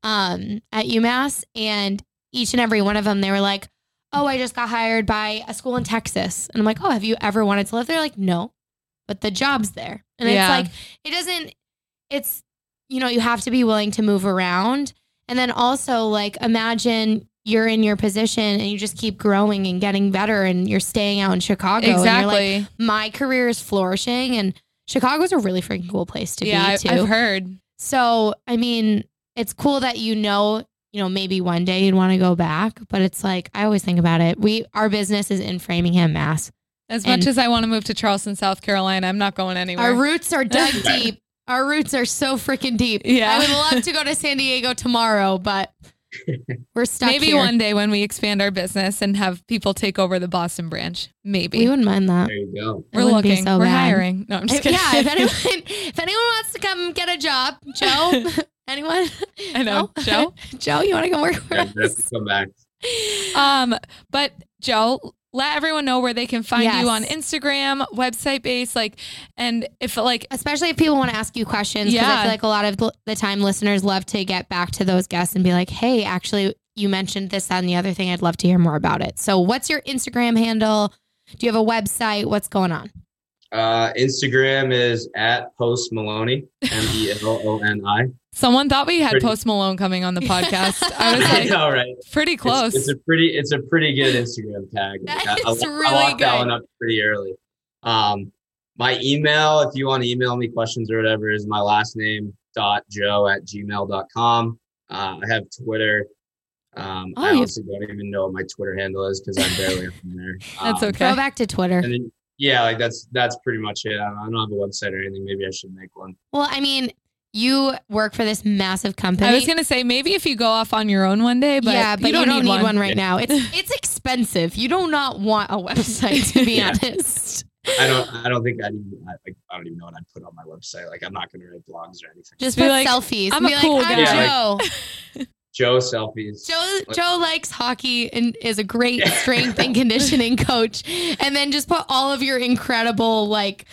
Speaker 1: um, at UMass. And each and every one of them, they were like, Oh, I just got hired by a school in Texas. And I'm like, Oh, have you ever wanted to live there? Like, no, but the job's there. And
Speaker 2: Yeah.
Speaker 1: it's like, it doesn't, it's, you know, you have to be willing to move around. And then also, like, imagine you're in your position and you just keep growing and getting better and you're staying out in Chicago. And you're like,
Speaker 2: Exactly.
Speaker 1: my career is flourishing and Chicago's a really freaking cool place to
Speaker 2: Yeah,
Speaker 1: be
Speaker 2: I,
Speaker 1: too.
Speaker 2: I've heard.
Speaker 1: so, I mean, it's cool that you know, you know, maybe one day you'd want to go back, but it's like I always think about it. We our business is in Framingham, Mass.
Speaker 2: As
Speaker 1: And-
Speaker 2: much as I want to move to Charleston, South Carolina, I'm not going anywhere.
Speaker 1: Our roots are dug deep. Our roots are so freaking deep.
Speaker 2: Yeah.
Speaker 1: I would love to go to San Diego tomorrow, but we're stuck
Speaker 2: Maybe
Speaker 1: here.
Speaker 2: one day when we expand our business and have people take over the Boston branch. Maybe.
Speaker 1: we wouldn't mind that.
Speaker 3: There you go.
Speaker 1: It
Speaker 2: We're
Speaker 1: wouldn't be
Speaker 2: looking.
Speaker 1: so
Speaker 2: We're
Speaker 1: bad.
Speaker 2: hiring. No, I'm just
Speaker 1: If,
Speaker 2: kidding.
Speaker 1: yeah, if anyone if anyone wants to come get a job, Joe, anyone?
Speaker 2: I know.
Speaker 1: No?
Speaker 2: Joe?
Speaker 1: Joe, you want to come work for
Speaker 3: Yeah,
Speaker 1: us?
Speaker 3: come back.
Speaker 2: Um, but Joe, let everyone know where they can find
Speaker 1: Yes.
Speaker 2: you on Instagram, website based, like, and if like,
Speaker 1: Especially if people want to ask you questions. Because I
Speaker 2: Yeah.
Speaker 1: feel like a lot of l- the time listeners love to get back to those guests and be like, hey, actually, you mentioned this, that, and the other thing. I'd love to hear more about it. So, what's your Instagram handle? Do you have a website? What's going on?
Speaker 3: Uh, Instagram is at Post Maloney, M E L O N I.
Speaker 2: someone thought we had
Speaker 3: Pretty-
Speaker 2: Post Malone coming on the podcast. I was like,
Speaker 3: All right.
Speaker 2: pretty
Speaker 3: It's-
Speaker 2: close.
Speaker 3: It's, a pretty it's a pretty good Instagram tag.
Speaker 1: That
Speaker 3: I, I,
Speaker 1: is
Speaker 3: I
Speaker 1: really
Speaker 3: locked
Speaker 1: good.
Speaker 3: that one up pretty early. Um, my email, if you want to email me questions or whatever, is my last name dot joe at gmail.com. Uh, I have Twitter. Um,
Speaker 1: Oh,
Speaker 3: I
Speaker 1: you-
Speaker 3: honestly don't even know what my Twitter handle is because I'm barely up in there.
Speaker 2: That's
Speaker 3: Um,
Speaker 2: okay.
Speaker 1: Go back to Twitter.
Speaker 3: And then, yeah, like that's that's pretty much it. I don't, I don't have a website or anything. Maybe I should make one.
Speaker 1: Well, I mean, you work for this massive company.
Speaker 2: I was gonna say maybe if you go off on your own one day, but,
Speaker 1: yeah, but
Speaker 2: you don't,
Speaker 1: need, one, right
Speaker 3: Yeah.
Speaker 1: now. It's it's expensive. You do not want a website, to be
Speaker 3: Yeah.
Speaker 1: honest.
Speaker 3: I don't. I don't think I even. I, like, I don't even know what I'd put on my website. Like, I'm not going to write blogs or anything.
Speaker 1: Just
Speaker 2: Be
Speaker 1: put
Speaker 2: like,
Speaker 1: selfies.
Speaker 2: I'm
Speaker 1: and
Speaker 2: a
Speaker 1: be
Speaker 2: cool
Speaker 1: like, I'm
Speaker 3: guy.
Speaker 1: Joe.
Speaker 3: Joe selfies.
Speaker 1: Joe
Speaker 3: Like-
Speaker 1: Joe likes hockey and is a great strength and conditioning coach. And then just put all of your incredible like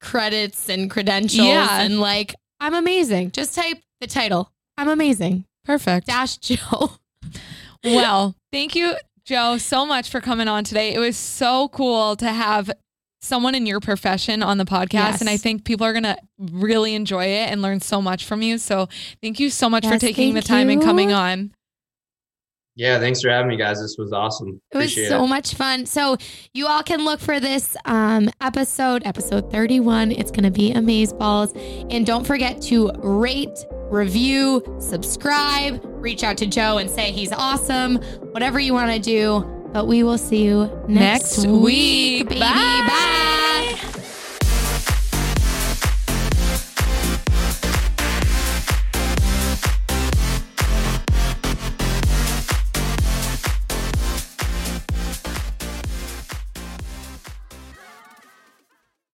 Speaker 1: credits and credentials
Speaker 2: Yeah.
Speaker 1: and like I'm amazing. Just type the title. I'm amazing.
Speaker 2: Perfect.
Speaker 1: Dash Joe.
Speaker 2: Well, thank you, Joe, so much for coming on today. It was so cool to have someone in your profession on the podcast.
Speaker 1: Yes.
Speaker 2: And I think people are going to really enjoy it and learn so much from you. So thank you so much for
Speaker 1: Yes,
Speaker 2: taking the
Speaker 1: thank
Speaker 2: time and
Speaker 1: you.
Speaker 2: coming on.
Speaker 3: Yeah, thanks for having me, guys. This was awesome.
Speaker 1: It was
Speaker 3: Appreciate
Speaker 1: so much fun. So you all can look for this um, episode, episode 31. It's going to be Amazeballs. And don't forget to rate, review, subscribe, reach out to Joe and say he's awesome, whatever you want to do. But we will see you next,
Speaker 2: Next week.
Speaker 1: baby.
Speaker 2: Bye.
Speaker 1: Bye.